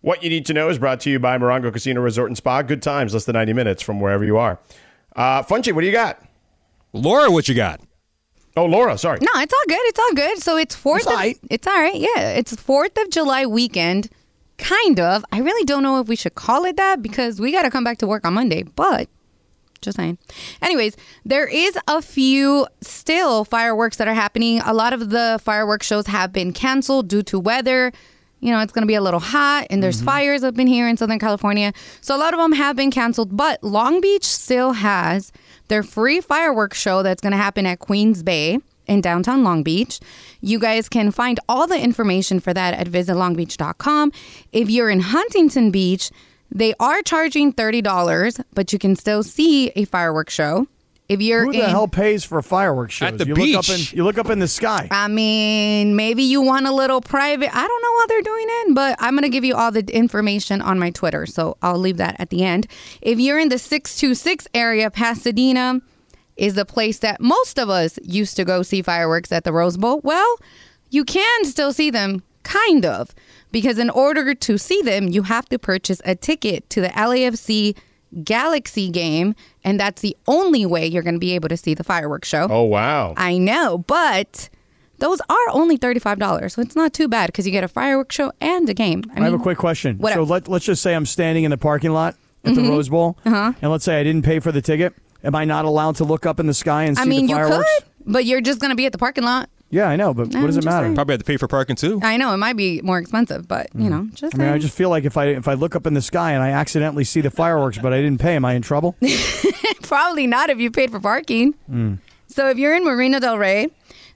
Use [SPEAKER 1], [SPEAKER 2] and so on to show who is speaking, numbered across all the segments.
[SPEAKER 1] What you need to know is brought to you by Morongo Casino Resort and Spa. Good times, less than 90 minutes from wherever you are. Uh, Funchy, what do you got?
[SPEAKER 2] Laura, what you got?
[SPEAKER 1] Oh, Laura, sorry.
[SPEAKER 3] No, it's all good. It's all good. So it's fourth.
[SPEAKER 2] It's
[SPEAKER 3] of,
[SPEAKER 2] all right.
[SPEAKER 3] It's all right. Yeah, it's Fourth of July weekend, kind of. I really don't know if we should call it that because we got to come back to work on Monday. But just saying. Anyways, there is a few still fireworks that are happening. A lot of the fireworks shows have been canceled due to weather. You know, it's going to be a little hot and there's fires up in here in Southern California. So a lot of them have been canceled, but Long Beach still has their free fireworks show that's going to happen at Queens Bay in downtown Long Beach. You guys can find all the information for that at visitlongbeach.com. If you're in Huntington Beach, they are charging $30, but you can still see a fireworks show. If you're
[SPEAKER 4] Who
[SPEAKER 3] in
[SPEAKER 4] the hell pays for fireworks shows?
[SPEAKER 2] At the
[SPEAKER 4] you Look up
[SPEAKER 2] beach.
[SPEAKER 4] in, you look up in the sky.
[SPEAKER 3] I mean, maybe you want a little private. I don't know what they're doing it, but I'm going to give you all the information on my Twitter. So I'll leave that at the end. If you're in the 626 area, Pasadena is the place that most of us used to go see fireworks at the Rose Bowl. Well, you can still see them, kind of, because in order to see them, you have to purchase a ticket to the LAFC Galaxy game. And that's the only way you're going to be able to see the fireworks show.
[SPEAKER 1] Oh, wow.
[SPEAKER 3] I know, but those are only $35, so it's not too bad because you get a fireworks show and a game.
[SPEAKER 4] I, have a quick question.
[SPEAKER 3] what Mm-hmm.
[SPEAKER 4] so
[SPEAKER 3] up?
[SPEAKER 4] let, let's just say I'm standing in the parking lot at the Rose Bowl,
[SPEAKER 3] Uh-huh.
[SPEAKER 4] and let's say I didn't pay for the ticket. Am I not allowed to look up in the sky and
[SPEAKER 3] I
[SPEAKER 4] see
[SPEAKER 3] mean,
[SPEAKER 4] the
[SPEAKER 3] you
[SPEAKER 4] fireworks?
[SPEAKER 3] could, but you're just going to be at the parking lot.
[SPEAKER 4] Yeah, I know, but what
[SPEAKER 3] I'm
[SPEAKER 4] does it
[SPEAKER 3] just
[SPEAKER 4] matter?
[SPEAKER 3] saying.
[SPEAKER 2] Probably had to pay for parking too.
[SPEAKER 3] I know it might be more expensive, but you know, just
[SPEAKER 4] Mm. I mean, I
[SPEAKER 3] saying.
[SPEAKER 4] just feel like if I if I look up in the sky and I accidentally see the fireworks, but I didn't pay, am I in trouble?
[SPEAKER 3] probably not if you paid for parking.
[SPEAKER 4] Mm.
[SPEAKER 3] So if you're in Marina Del Rey,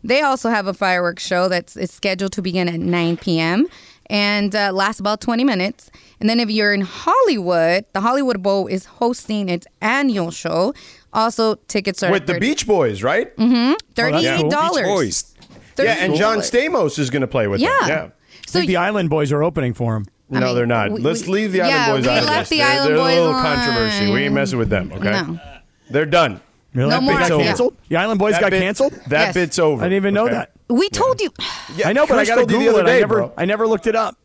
[SPEAKER 3] they also have a fireworks show that's is scheduled to begin at 9 p.m. and uh, lasts about 20 minutes. And then if you're in Hollywood, the Hollywood Bowl is hosting its annual show. Also, tickets are
[SPEAKER 1] With the
[SPEAKER 3] 30
[SPEAKER 1] Beach Boys, right?
[SPEAKER 3] Mm-hmm. Oh,
[SPEAKER 4] that's cool.
[SPEAKER 3] Thirty-eight
[SPEAKER 2] Beach
[SPEAKER 3] dollars.
[SPEAKER 2] Boys.
[SPEAKER 1] Yeah, and John Stamos is going to play with
[SPEAKER 3] Yeah.
[SPEAKER 1] them. Yeah.
[SPEAKER 3] So
[SPEAKER 4] the Island Boys are opening for him.
[SPEAKER 3] I
[SPEAKER 1] no,
[SPEAKER 3] mean,
[SPEAKER 1] they're not.
[SPEAKER 3] we-
[SPEAKER 1] Let's
[SPEAKER 3] we-
[SPEAKER 1] leave the
[SPEAKER 3] yeah,
[SPEAKER 1] Island Boys
[SPEAKER 3] we
[SPEAKER 1] out of
[SPEAKER 3] left
[SPEAKER 1] this.
[SPEAKER 3] the
[SPEAKER 1] they're,
[SPEAKER 3] Island
[SPEAKER 1] they're
[SPEAKER 3] Boys
[SPEAKER 1] a little
[SPEAKER 3] on.
[SPEAKER 1] controversy. We ain't messing with them. Okay,
[SPEAKER 3] No.
[SPEAKER 1] they're done.
[SPEAKER 4] Really?
[SPEAKER 3] No
[SPEAKER 4] That
[SPEAKER 3] more
[SPEAKER 4] bit's
[SPEAKER 3] after
[SPEAKER 4] over.
[SPEAKER 3] that.
[SPEAKER 4] canceled. The Island Boys
[SPEAKER 1] That
[SPEAKER 4] got
[SPEAKER 1] bit-
[SPEAKER 4] canceled.
[SPEAKER 1] That
[SPEAKER 3] Yes.
[SPEAKER 1] bit's over.
[SPEAKER 4] I didn't even know
[SPEAKER 1] okay?
[SPEAKER 4] that.
[SPEAKER 3] we told you.
[SPEAKER 1] Yeah,
[SPEAKER 4] I know, but
[SPEAKER 1] Chris
[SPEAKER 4] I got to
[SPEAKER 1] told you the
[SPEAKER 4] Google
[SPEAKER 1] other
[SPEAKER 4] it.
[SPEAKER 1] day,
[SPEAKER 4] I never
[SPEAKER 1] bro.
[SPEAKER 4] I never looked it up.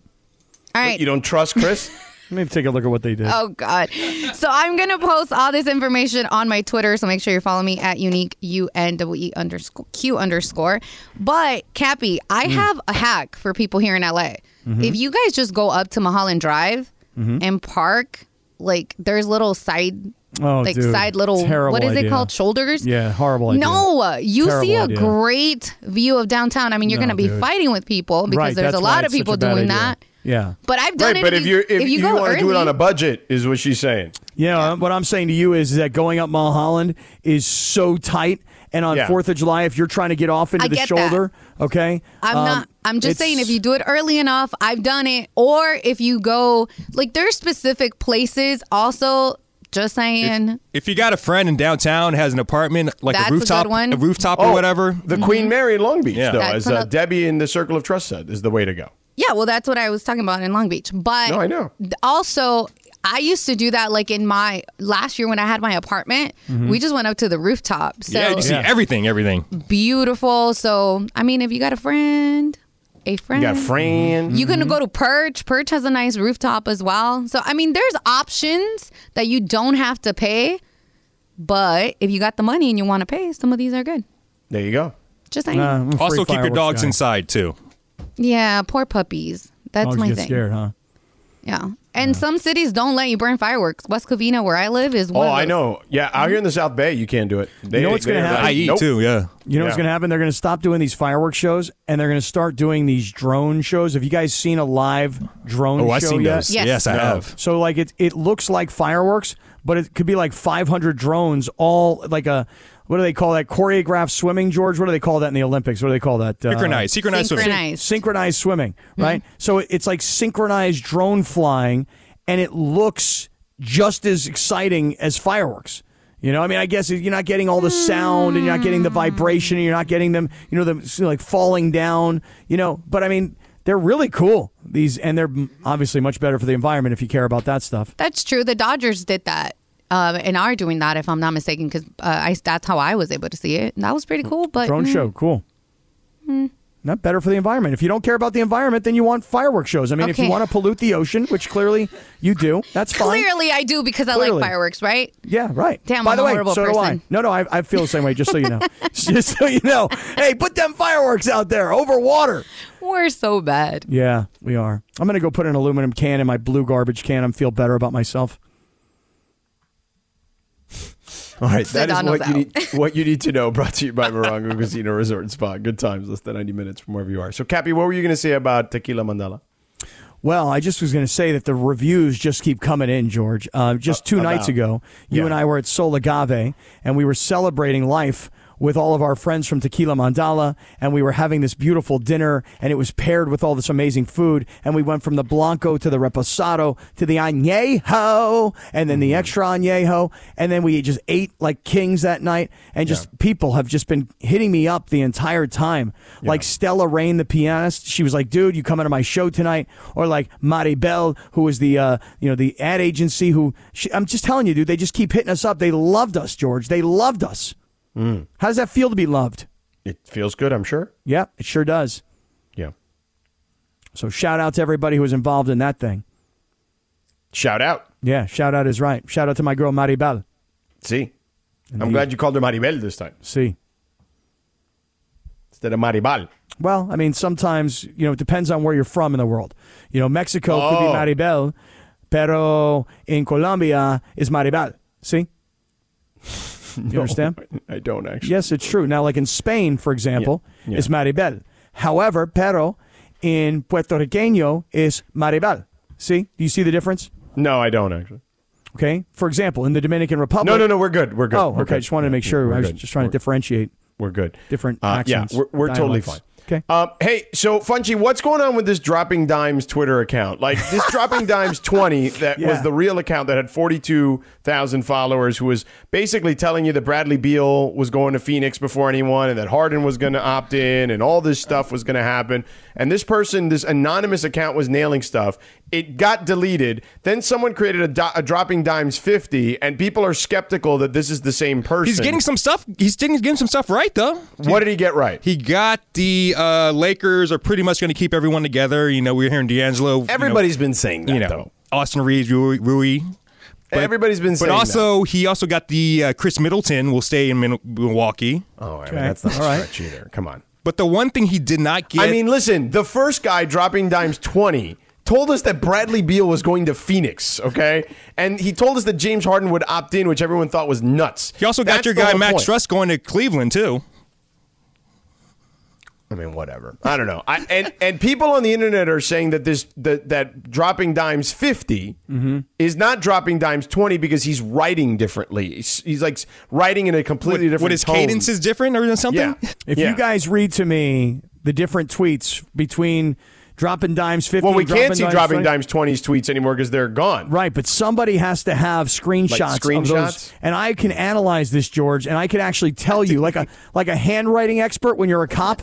[SPEAKER 3] All right.
[SPEAKER 1] You don't trust Chris?
[SPEAKER 4] Let me take a look at what they did.
[SPEAKER 3] Oh God! So I'm gonna post all this information on my Twitter. So make sure you follow me at unique u n w e underscore q underscore. But Cappy, I
[SPEAKER 4] Mm-hmm.
[SPEAKER 3] have a hack for people here in LA. If you guys just go up to Mulholland Drive
[SPEAKER 4] Mm-hmm.
[SPEAKER 3] and park, like there's little side,
[SPEAKER 4] Oh,
[SPEAKER 3] like
[SPEAKER 4] dude.
[SPEAKER 3] side little
[SPEAKER 4] Terrible
[SPEAKER 3] what is it
[SPEAKER 4] idea.
[SPEAKER 3] called? Shoulders?
[SPEAKER 4] Yeah, horrible idea.
[SPEAKER 3] No, you
[SPEAKER 4] Terrible
[SPEAKER 3] see a
[SPEAKER 4] idea.
[SPEAKER 3] great view of downtown. I mean, you're
[SPEAKER 4] No,
[SPEAKER 3] gonna be
[SPEAKER 4] dude.
[SPEAKER 3] fighting with people because
[SPEAKER 4] right,
[SPEAKER 3] there's
[SPEAKER 4] that's
[SPEAKER 3] a
[SPEAKER 4] why
[SPEAKER 3] lot of
[SPEAKER 4] it's such
[SPEAKER 3] people
[SPEAKER 4] a bad
[SPEAKER 3] doing
[SPEAKER 4] idea.
[SPEAKER 3] that.
[SPEAKER 4] Yeah.
[SPEAKER 3] But I've done
[SPEAKER 1] right,
[SPEAKER 3] it.
[SPEAKER 1] but if you if, you
[SPEAKER 3] go
[SPEAKER 1] want to do it
[SPEAKER 3] early-
[SPEAKER 1] on a budget, is what she's saying.
[SPEAKER 4] Yeah, what I'm saying to you is that going up Mulholland is so tight. And on
[SPEAKER 1] Yeah.
[SPEAKER 4] Fourth of July, if you're trying to get off into
[SPEAKER 3] I
[SPEAKER 4] the
[SPEAKER 3] get that.
[SPEAKER 4] shoulder, okay,
[SPEAKER 3] I'm
[SPEAKER 4] um,
[SPEAKER 3] not. I'm just
[SPEAKER 4] it's-
[SPEAKER 3] saying, if you do it early enough, I've done it. Or if you go, like, there's specific places. Also, just saying,
[SPEAKER 2] If you got a friend in downtown has an apartment, like
[SPEAKER 3] That's a
[SPEAKER 2] a
[SPEAKER 3] good
[SPEAKER 2] rooftop,
[SPEAKER 3] one.
[SPEAKER 2] rooftop or whatever.
[SPEAKER 1] The Queen Mary in Long Beach,
[SPEAKER 2] Yeah.
[SPEAKER 1] though,
[SPEAKER 3] That's
[SPEAKER 1] as uh,
[SPEAKER 3] another-
[SPEAKER 1] Debbie in the Circle of Trust said, is the way to go.
[SPEAKER 3] yeah. Well, that's what I was talking about in Long Beach. But
[SPEAKER 1] No, I know.
[SPEAKER 3] th- Also, I used to do that, like in my last year when I had my apartment.
[SPEAKER 4] Mm-hmm.
[SPEAKER 3] We just went up to the rooftop. So
[SPEAKER 2] yeah, you see everything, everything.
[SPEAKER 3] beautiful. So I mean, if you got a friend, a friend,
[SPEAKER 1] You got Fran.
[SPEAKER 3] Mm-hmm. You can go to Perch. Perch has a nice rooftop as well. So I mean, there's options that you don't have to pay, but if you got the money and you want to pay, some of these are good.
[SPEAKER 1] There you go.
[SPEAKER 3] Just saying.
[SPEAKER 4] Nah, I'm a Uh, free
[SPEAKER 2] Also, keep your
[SPEAKER 4] fireworks
[SPEAKER 2] dogs
[SPEAKER 4] guy.
[SPEAKER 2] inside too.
[SPEAKER 3] yeah, poor puppies. That's
[SPEAKER 4] Dogs
[SPEAKER 3] my
[SPEAKER 4] get
[SPEAKER 3] thing.
[SPEAKER 4] scared, huh?
[SPEAKER 3] Yeah, and some cities don't let you burn fireworks. West Covina, where I live, is one.
[SPEAKER 1] Oh,
[SPEAKER 3] of
[SPEAKER 1] I
[SPEAKER 3] those.
[SPEAKER 1] know. Yeah, out here in the South Bay, you can't do it. They,
[SPEAKER 4] know what's
[SPEAKER 1] they-
[SPEAKER 4] gonna
[SPEAKER 1] they're
[SPEAKER 4] happen?
[SPEAKER 1] like,
[SPEAKER 2] I
[SPEAKER 5] E
[SPEAKER 2] eat
[SPEAKER 1] nope.
[SPEAKER 2] too. Yeah.
[SPEAKER 4] You know what's
[SPEAKER 1] Yeah.
[SPEAKER 4] going to happen? They're going to stop doing these fireworks shows and they're going to start doing these drone shows. Have you guys seen a live drone
[SPEAKER 2] Oh, I've
[SPEAKER 4] show
[SPEAKER 2] seen
[SPEAKER 4] yet?
[SPEAKER 2] those.
[SPEAKER 3] Yes.
[SPEAKER 2] I
[SPEAKER 1] No.
[SPEAKER 2] have.
[SPEAKER 4] So like it it looks like fireworks, but it could be like 500 drones all like a what do they call that? Choreographed swimming, George. What do they call that in the Olympics? What do they call that? Uh,
[SPEAKER 2] Synchronized. Synchronized. swimming.
[SPEAKER 3] Synchronized.
[SPEAKER 4] synchronized swimming, right?
[SPEAKER 3] Mm-hmm.
[SPEAKER 4] So it's like synchronized drone flying, and it looks just as exciting as fireworks. You know, I mean, I guess you're not getting all the sound, and you're not getting the vibration, and you're not getting them, you know, them like falling down. You know, but I mean, they're really cool. These, and they're obviously much better for the environment if you care about that stuff.
[SPEAKER 3] That's true. The Dodgers did that uh, and are doing that, if I'm not mistaken, because uh, I that's how I was able to see it. And that was pretty cool. But
[SPEAKER 4] Drone
[SPEAKER 3] mm,
[SPEAKER 4] show, cool. Not better for the environment. If you don't care about the environment, then you want fireworks shows. I mean, if you
[SPEAKER 3] Okay.
[SPEAKER 4] want to pollute the ocean, which clearly you do, that's fine.
[SPEAKER 3] clearly I do because I
[SPEAKER 4] Clearly.
[SPEAKER 3] like fireworks, right?
[SPEAKER 4] Yeah, right.
[SPEAKER 3] Damn,
[SPEAKER 4] By
[SPEAKER 3] I'm
[SPEAKER 4] the
[SPEAKER 3] a
[SPEAKER 4] way,
[SPEAKER 3] horrible
[SPEAKER 4] so do I.
[SPEAKER 3] person.
[SPEAKER 4] No, no, I, I feel the same way. Just so you know, just so you know. Hey, put them fireworks out there over water.
[SPEAKER 3] We're so bad.
[SPEAKER 4] Yeah, we are. I'm gonna go put an aluminum can in my blue garbage can and feel better about myself.
[SPEAKER 1] All right, that is
[SPEAKER 3] Donald's
[SPEAKER 1] what you,
[SPEAKER 3] out.
[SPEAKER 1] need, what you need to know. Brought to you by Morongo Casino Resort and Spa. Good times, less than ninety minutes from wherever you are. So, Cappy, what were you going to say about Tequila Mandala?
[SPEAKER 4] Well, I just was going to say that the reviews just keep coming in, George. Uh, just two nights ago, you
[SPEAKER 1] Yeah.
[SPEAKER 4] and I were at Sol Agave, and we were celebrating life with all of our friends from Tequila Mandala, and we were having this beautiful dinner, and it was paired with all this amazing food, and we went from the Blanco to the Reposado to the Añejo, and then the extra Añejo, and then we just ate like kings that night, and just people have just been hitting me up the entire time. Like Stella Rain, the pianist, she was like, "Dude, you coming to my show tonight?" Or like Maribel, who was the uh, you know the ad agency who she, I'm just telling you, dude, they just keep hitting us up. They loved us, George. They loved us. How does that feel to be loved?
[SPEAKER 1] It feels good, I'm sure.
[SPEAKER 4] Yeah, it sure does.
[SPEAKER 1] Yeah.
[SPEAKER 4] So shout out to everybody who was involved in that thing.
[SPEAKER 1] Shout out.
[SPEAKER 4] Yeah, shout out is right. Shout out to my girl Maribel.
[SPEAKER 1] See, I'm glad you called her Maribel this time
[SPEAKER 4] See.
[SPEAKER 1] instead of Maribal.
[SPEAKER 4] Well, I mean, sometimes you know it depends on where you're from in the world. You know, Mexico could
[SPEAKER 1] Oh.
[SPEAKER 4] be Maribel, pero in Colombia is Maribel. See, you understand?
[SPEAKER 1] I don't actually.
[SPEAKER 4] Yes, it's true. Now, like in Spain, for example,
[SPEAKER 1] Yeah.
[SPEAKER 4] is Maribel. However, pero in Puerto Riqueño is Maribel. See, do you see the difference?
[SPEAKER 1] No, I don't actually.
[SPEAKER 4] Okay. For example, in the Dominican Republic.
[SPEAKER 1] No, no, no. We're good. We're good.
[SPEAKER 4] Oh,
[SPEAKER 1] We're
[SPEAKER 4] okay. I
[SPEAKER 1] good.
[SPEAKER 4] just wanted
[SPEAKER 1] Yeah,
[SPEAKER 4] to make
[SPEAKER 1] yeah,
[SPEAKER 4] sure.
[SPEAKER 1] we're
[SPEAKER 4] I was
[SPEAKER 1] good.
[SPEAKER 4] just trying to
[SPEAKER 1] We're-
[SPEAKER 4] differentiate.
[SPEAKER 1] We're good. Uh,
[SPEAKER 4] different accents,
[SPEAKER 1] Yeah, we're, we're totally fine.
[SPEAKER 4] dialects. Okay.
[SPEAKER 1] Um, hey, so Funchy, what's going on with this dropping dimes Twitter account? Like this dropping dimes twenty that was
[SPEAKER 4] Yeah.
[SPEAKER 1] the real account that had forty two thousand followers, who was basically telling you that Bradley Beal was going to Phoenix before anyone, and that Harden was going to opt in, and all this stuff was going to happen. And this person, this anonymous account, was nailing stuff. It got deleted. Then someone created a, do- a dropping dimes fifty, and people are skeptical that this is the same person.
[SPEAKER 2] He's getting some stuff. He's getting, getting some stuff right though.
[SPEAKER 1] What did he get right?
[SPEAKER 2] He got the uh, Lakers are pretty much going to keep everyone together. You know, we were hearing D'Angelo.
[SPEAKER 1] Everybody's been saying that,
[SPEAKER 2] you know, you know
[SPEAKER 1] though.
[SPEAKER 2] Austin Reeves, Rui. Rui.
[SPEAKER 1] Everybody's been
[SPEAKER 2] But
[SPEAKER 1] saying that.
[SPEAKER 2] also, he also got the uh, Chris Middleton will stay in Min- Milwaukee.
[SPEAKER 1] Oh, I mean,
[SPEAKER 4] Okay.
[SPEAKER 1] that's not
[SPEAKER 4] All
[SPEAKER 1] a
[SPEAKER 4] right.
[SPEAKER 1] stretch either. Come on.
[SPEAKER 2] But the one thing he did not get,
[SPEAKER 1] I mean, listen, the first guy dropping dimes 20 told us that Bradley Beal was going to Phoenix, okay? And he told us that James Harden would opt in, which everyone thought was nuts.
[SPEAKER 2] he also got
[SPEAKER 1] That's
[SPEAKER 2] your
[SPEAKER 1] the
[SPEAKER 2] guy
[SPEAKER 1] whole
[SPEAKER 2] Max
[SPEAKER 1] point.
[SPEAKER 2] Truss going to Cleveland too.
[SPEAKER 1] I mean, whatever. I don't know. I, and and people on the internet are saying that this that, that dropping dimes 50
[SPEAKER 2] Mm-hmm.
[SPEAKER 1] is not dropping dimes twenty because he's writing differently. He's, he's like writing in a completely different.
[SPEAKER 2] What his
[SPEAKER 1] tone.
[SPEAKER 2] cadence is different or
[SPEAKER 1] Yeah.
[SPEAKER 2] something.
[SPEAKER 4] If
[SPEAKER 1] Yeah.
[SPEAKER 4] you guys read to me the different tweets between dropping dimes 50
[SPEAKER 1] well, we
[SPEAKER 4] and dropping
[SPEAKER 1] can't see
[SPEAKER 4] dimes
[SPEAKER 1] dropping
[SPEAKER 4] 20
[SPEAKER 1] dimes 20s tweets anymore because they're gone.
[SPEAKER 4] Right, but somebody has to have screenshots, of
[SPEAKER 1] screenshots?
[SPEAKER 4] those, and I can analyze this, George, and I can actually tell you, like a like a handwriting expert when you're a cop,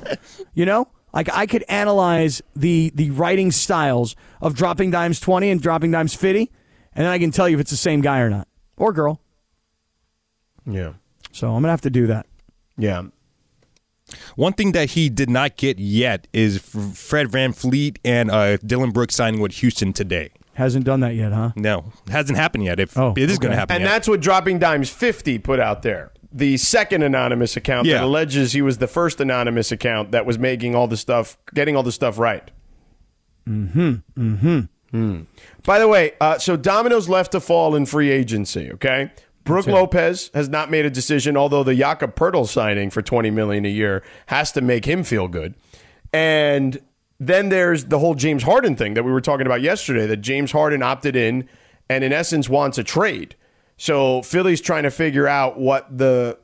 [SPEAKER 4] you know, like I could analyze the the writing styles of dropping dimes twenty and dropping dimes fifty, and then I can tell you if it's the same guy or not or girl.
[SPEAKER 1] Yeah.
[SPEAKER 4] So I'm gonna have to do that.
[SPEAKER 1] Yeah.
[SPEAKER 2] One thing that he did not get yet is F- Fred Van Fleet and uh, Dylan Brooks signing with Houston today.
[SPEAKER 4] Hasn't done that yet, huh?
[SPEAKER 2] No, hasn't happened yet. If
[SPEAKER 4] Oh,
[SPEAKER 2] it is going to
[SPEAKER 4] okay.
[SPEAKER 2] happen,
[SPEAKER 1] And
[SPEAKER 2] yet.
[SPEAKER 1] that's what Dropping Dimes 50 put out there. The second anonymous account that
[SPEAKER 2] Yeah.
[SPEAKER 1] alleges he was the first anonymous account that was making all the stuff, getting all the stuff right. Mm hmm. Mm hmm. By the way, uh, so dominoes left to fall in free agency, okay? Brooke Lopez has not made a decision, although the Jakob Pertl signing for 20 million a year has to make him feel good. And then there's the whole James Harden thing that we were talking about yesterday that James Harden opted in and in essence wants a trade. So Philly's trying to figure out what the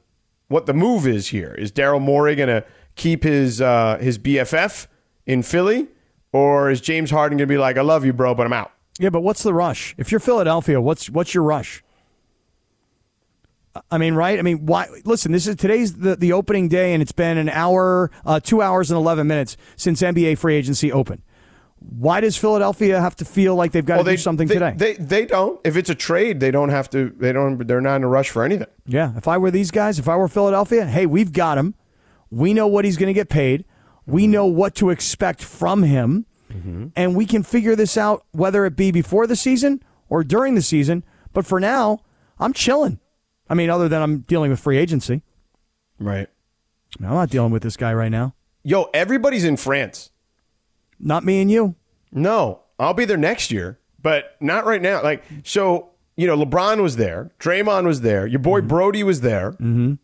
[SPEAKER 1] what the move is here. Is Daryl Morey going to keep his uh, his BFF in Philly, or is James Harden going to be like, "I love you, bro, but I'm out"?
[SPEAKER 4] Yeah, but what's the rush? If you're Philadelphia, what's what's your rush? I mean, right? I mean, why? Listen, this is today's the, the opening day, and it's been an hour, uh, two hours and eleven minutes since NBA free agency opened. Why does Philadelphia have to feel like they've got to do something
[SPEAKER 1] they,
[SPEAKER 4] today?
[SPEAKER 1] They they don't. If it's a trade, they don't have to. They don't. They're not in a rush for anything.
[SPEAKER 4] yeah, if I were these guys, if I were Philadelphia, hey, we've got him. We know what he's going to get paid.
[SPEAKER 2] Mm-hmm.
[SPEAKER 4] We know what to expect from him, and we can figure this out whether it be before the season or during the season. But for now, I'm chilling. I mean, other than I'm dealing with free agency.
[SPEAKER 1] Right.
[SPEAKER 4] No, I'm not dealing with this guy right now.
[SPEAKER 1] Yo, everybody's in France.
[SPEAKER 4] Not me and you.
[SPEAKER 1] No, I'll be there next year, but not right now. Like so, you know, LeBron was there, Draymond was there, your boy Brody was there. Mm-hmm.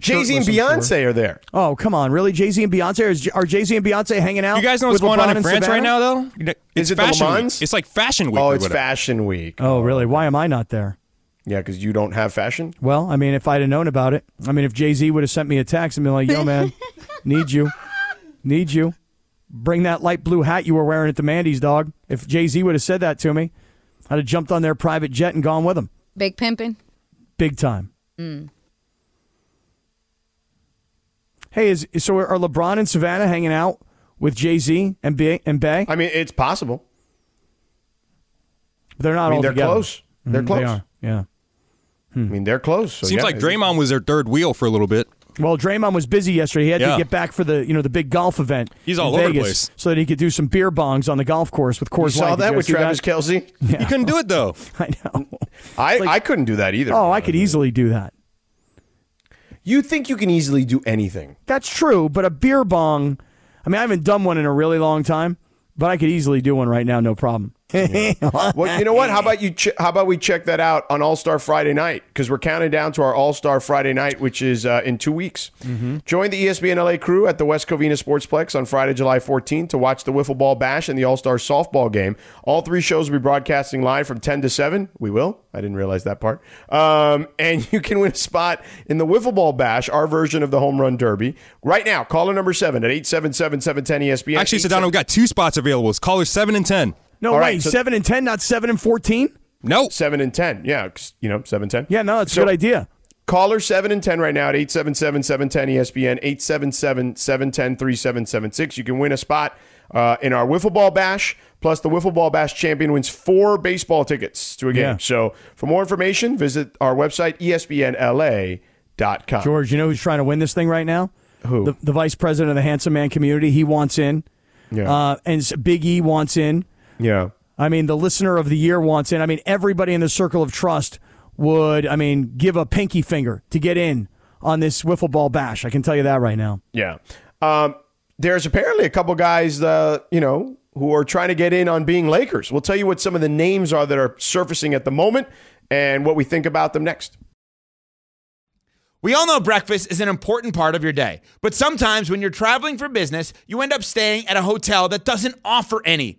[SPEAKER 1] Jay Z and
[SPEAKER 4] Shirtless,
[SPEAKER 1] Beyonce are there.
[SPEAKER 4] Oh, come on. Really? Jay Z and Beyonce? Or is, are Jay Z and Beyonce hanging out?
[SPEAKER 2] You guys know what's
[SPEAKER 4] with
[SPEAKER 2] going
[SPEAKER 4] LeBron
[SPEAKER 2] on in
[SPEAKER 4] and
[SPEAKER 2] France right
[SPEAKER 4] Savannah?
[SPEAKER 2] now, though. It's
[SPEAKER 1] Is it the
[SPEAKER 2] fashion
[SPEAKER 1] Le
[SPEAKER 2] week.
[SPEAKER 1] Mans?
[SPEAKER 2] It's like fashion week.
[SPEAKER 1] Oh,
[SPEAKER 2] or
[SPEAKER 1] it's
[SPEAKER 2] whatever.
[SPEAKER 1] Fashion Week.
[SPEAKER 4] Oh, really? Why am I not there?
[SPEAKER 1] Yeah, because you don't have fashion.
[SPEAKER 4] Well, I mean, if I'd have known about it, I mean, if Jay Z would have sent me a text and been like, yo, man, need you. Need you. Bring that light blue hat you were wearing at the Mandy's, dog. If Jay Z would have said that to me, I'd have jumped on their private jet and gone with him.
[SPEAKER 3] Big pimpin'.
[SPEAKER 4] Big time. Hey, is so are LeBron and Savannah hanging out with Jay Z and Bay? And Bay?
[SPEAKER 1] I mean, it's possible.
[SPEAKER 4] They're not
[SPEAKER 1] I mean,
[SPEAKER 4] all
[SPEAKER 1] they're
[SPEAKER 4] together.
[SPEAKER 1] close. They're
[SPEAKER 4] Mhm,
[SPEAKER 1] close.
[SPEAKER 4] They are. Hmm. Yeah.
[SPEAKER 1] I mean, they're close. So
[SPEAKER 2] Seems
[SPEAKER 1] yeah,
[SPEAKER 2] like Draymond was their third wheel for a little bit.
[SPEAKER 4] Well, Draymond was busy yesterday. He had to
[SPEAKER 2] Yeah.
[SPEAKER 4] get back for the you know the big golf event.
[SPEAKER 2] He's
[SPEAKER 4] in
[SPEAKER 2] all over the
[SPEAKER 4] Vegas
[SPEAKER 2] place.
[SPEAKER 4] so that he could do some beer bongs on the golf course with Coors
[SPEAKER 1] You saw
[SPEAKER 4] Light. Did you
[SPEAKER 1] that
[SPEAKER 4] guys
[SPEAKER 1] with
[SPEAKER 4] see
[SPEAKER 1] Travis
[SPEAKER 4] that?
[SPEAKER 1] Kelsey.
[SPEAKER 2] He couldn't do it though.
[SPEAKER 4] I know.
[SPEAKER 1] I, I couldn't do that either.
[SPEAKER 4] Oh, I could easily do that.
[SPEAKER 1] You think you can easily do anything?
[SPEAKER 4] That's true, but a beer bong. I mean, I haven't done one in a really long time, but I could easily do one right now, no problem.
[SPEAKER 1] Well, you know what? How about you? Ch- how about we check that out on All Star Friday night because we're counting down to our All Star Friday night, which is uh, in two weeks. Join the E ESPN LA crew at the West Covina Sportsplex on Friday, July 14th, to watch the wiffle ball bash and the All Star softball game. All three shows will be broadcasting live from 10 to 7. We will. I didn't realize that part. Um, and you can win a spot in the wiffle ball bash, our version of the home run derby. Right now, caller number seven E at 877-710 ESPN.
[SPEAKER 2] Actually, Sedano, we got two spots available. It's callers seven and ten.
[SPEAKER 4] No,
[SPEAKER 1] All
[SPEAKER 4] wait,
[SPEAKER 1] right, so-
[SPEAKER 4] seven and ten, not seven and fourteen.
[SPEAKER 2] Nope.
[SPEAKER 1] Seven and ten, yeah, 'cause, you know, seven ten.
[SPEAKER 4] Yeah, no, that's
[SPEAKER 1] So-
[SPEAKER 4] a good idea.
[SPEAKER 1] Caller 7 and 10 right now at E 877-710-ESPN, 877-710-3776. You can win a spot uh, in our Wiffle Ball Bash. Plus, the Wiffle Ball Bash champion wins four baseball tickets to a game.
[SPEAKER 4] Yeah.
[SPEAKER 1] So, for more information, visit our website, E espnla.com.
[SPEAKER 4] George, you know who's trying to win this thing right now? Who? The, the vice president of the handsome man community. He wants in.
[SPEAKER 1] Yeah.
[SPEAKER 4] Uh, and s- Big E wants in.
[SPEAKER 1] Yeah.
[SPEAKER 4] I mean, the listener of the year wants in. I mean, everybody in the circle of trust would, I mean, give a pinky finger to get in on this wiffle ball bash. I can tell you that right now.
[SPEAKER 1] Yeah. Um, there's apparently a couple guys, uh, you know, who are trying to get in on being Lakers. We'll tell you what some of the names are that are surfacing at the moment and what we think about them next.
[SPEAKER 5] We all know breakfast is an important part of your day, but sometimes when you're traveling for business, you end up staying at a hotel that doesn't offer any.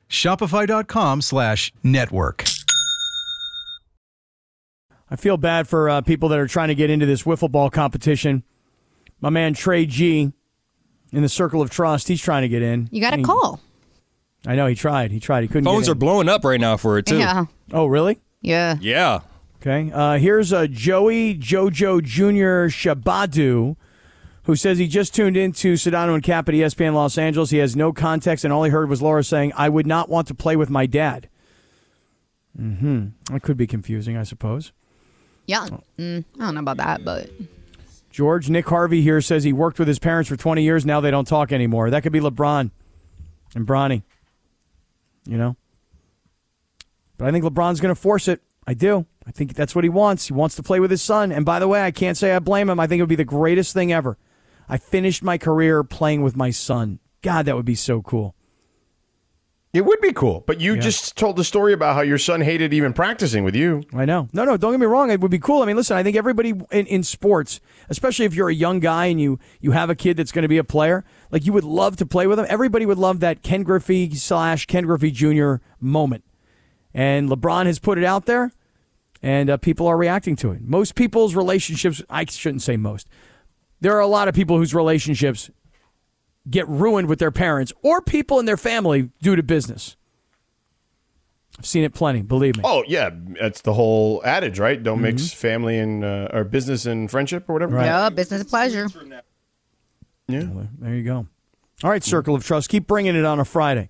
[SPEAKER 6] Shopify.com slash network.
[SPEAKER 4] I feel bad for uh, people that are trying to get into this wiffle ball competition. My man Trey G in the circle of trust, he's trying to get in.
[SPEAKER 3] You got to
[SPEAKER 4] I mean,
[SPEAKER 3] call.
[SPEAKER 4] I know he tried. He tried. He couldn't.
[SPEAKER 2] Phones
[SPEAKER 4] get
[SPEAKER 2] are
[SPEAKER 4] in.
[SPEAKER 2] blowing up right now for it too.
[SPEAKER 3] Yeah.
[SPEAKER 4] oh, really?
[SPEAKER 3] Yeah.
[SPEAKER 2] Yeah.
[SPEAKER 4] Okay. Uh, here's uh, Joey JoJo Jr. Shabadu, who says he just tuned into Sedano and Cap at E ESPN Los Angeles. He has no context, and all he heard was Laura saying, I would not want to play with my dad. hmm That could be confusing, I suppose.
[SPEAKER 3] Yeah. Mm, I don't know about that, but
[SPEAKER 4] George Nick Harvey here says he worked with his parents for 20 years. Now they don't talk anymore. That could be LeBron and Bronny. You know? But I think LeBron's going to force it. I do. I think that's what he wants. He wants to play with his son. And by the way, I can't say I blame him. I think it would be the greatest thing ever. I finished my career playing with my son. God, that would be so cool.
[SPEAKER 1] It would be cool, but you just told the story about how your son hated even practicing with you.
[SPEAKER 4] I know. No, no, don't get me wrong. It would be cool. I mean, listen, I think everybody in, in sports, especially if you're a young guy and you you have a kid that's going to be a player, like you would love to play with them. Everybody would love that Ken Griffey slash Ken Griffey Jr. moment. And LeBron has put it out there, and uh, people are reacting to it. Most people's relationships, I shouldn't say most, there are a lot of people whose relationships get ruined with their parents or people in their family due to business. I've seen it plenty, believe me.
[SPEAKER 1] Oh yeah, that's the whole adage, right? Don't mix family and uh, or business and friendship or whatever.
[SPEAKER 3] yeah, business and pleasure.
[SPEAKER 4] There you go. All right, Circle of Trust. Keep bringing it on a Friday.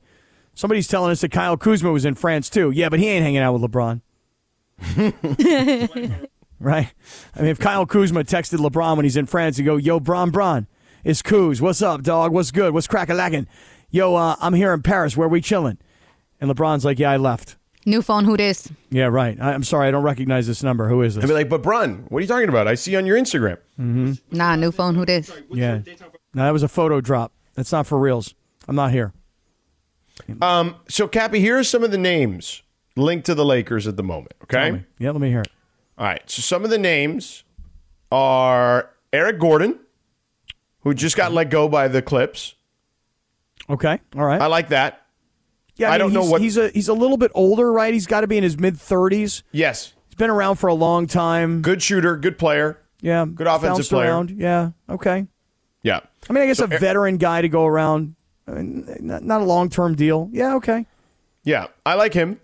[SPEAKER 4] Somebody's telling us that Kyle Kuzma was in France too. Yeah, but he ain't hanging out with LeBron. right? I mean, if Kyle Kuzma texted LeBron when he's in France and go, Yo, Bron, Bron, it's Kuz. What's up, dog? What's good? What's crack a lackin'? Yo, uh, I'm here in Paris. Where we chilling? And LeBron's like, Yeah, I left.
[SPEAKER 3] New phone, who this?
[SPEAKER 4] Yeah, right. I- I'm sorry. I don't recognize this number. Who is
[SPEAKER 1] I'd be
[SPEAKER 4] this?
[SPEAKER 1] like, but Brun, what are you talking about? I see on your Instagram.
[SPEAKER 3] Nah, new phone, who this?
[SPEAKER 4] Yeah. No, that was a photo drop. That's not for reals. I'm not here.
[SPEAKER 1] Um, so Cappy, here are some of the names linked to the Lakers at the moment. Okay,
[SPEAKER 4] Yeah, let me hear it.
[SPEAKER 1] all right. So some of the names are Eric Gordon, who just got let go by the Clips.
[SPEAKER 4] Okay. All right.
[SPEAKER 1] I like that.
[SPEAKER 4] Yeah, I,
[SPEAKER 1] I
[SPEAKER 4] mean,
[SPEAKER 1] don't know
[SPEAKER 4] he's-
[SPEAKER 1] what-
[SPEAKER 4] he's a he's a little bit older, right? He's got to be in his mid thirties.
[SPEAKER 1] Yes,
[SPEAKER 4] He's been around for a long time.
[SPEAKER 1] good shooter, good player.
[SPEAKER 4] yeah,
[SPEAKER 1] good offensive
[SPEAKER 4] bounced
[SPEAKER 1] player.
[SPEAKER 4] Around. Yeah, okay.
[SPEAKER 1] Yeah.
[SPEAKER 4] I mean, I guess a veteran guy to go around, I mean, not, not a long term deal. Yeah, okay.
[SPEAKER 1] Yeah, I like him.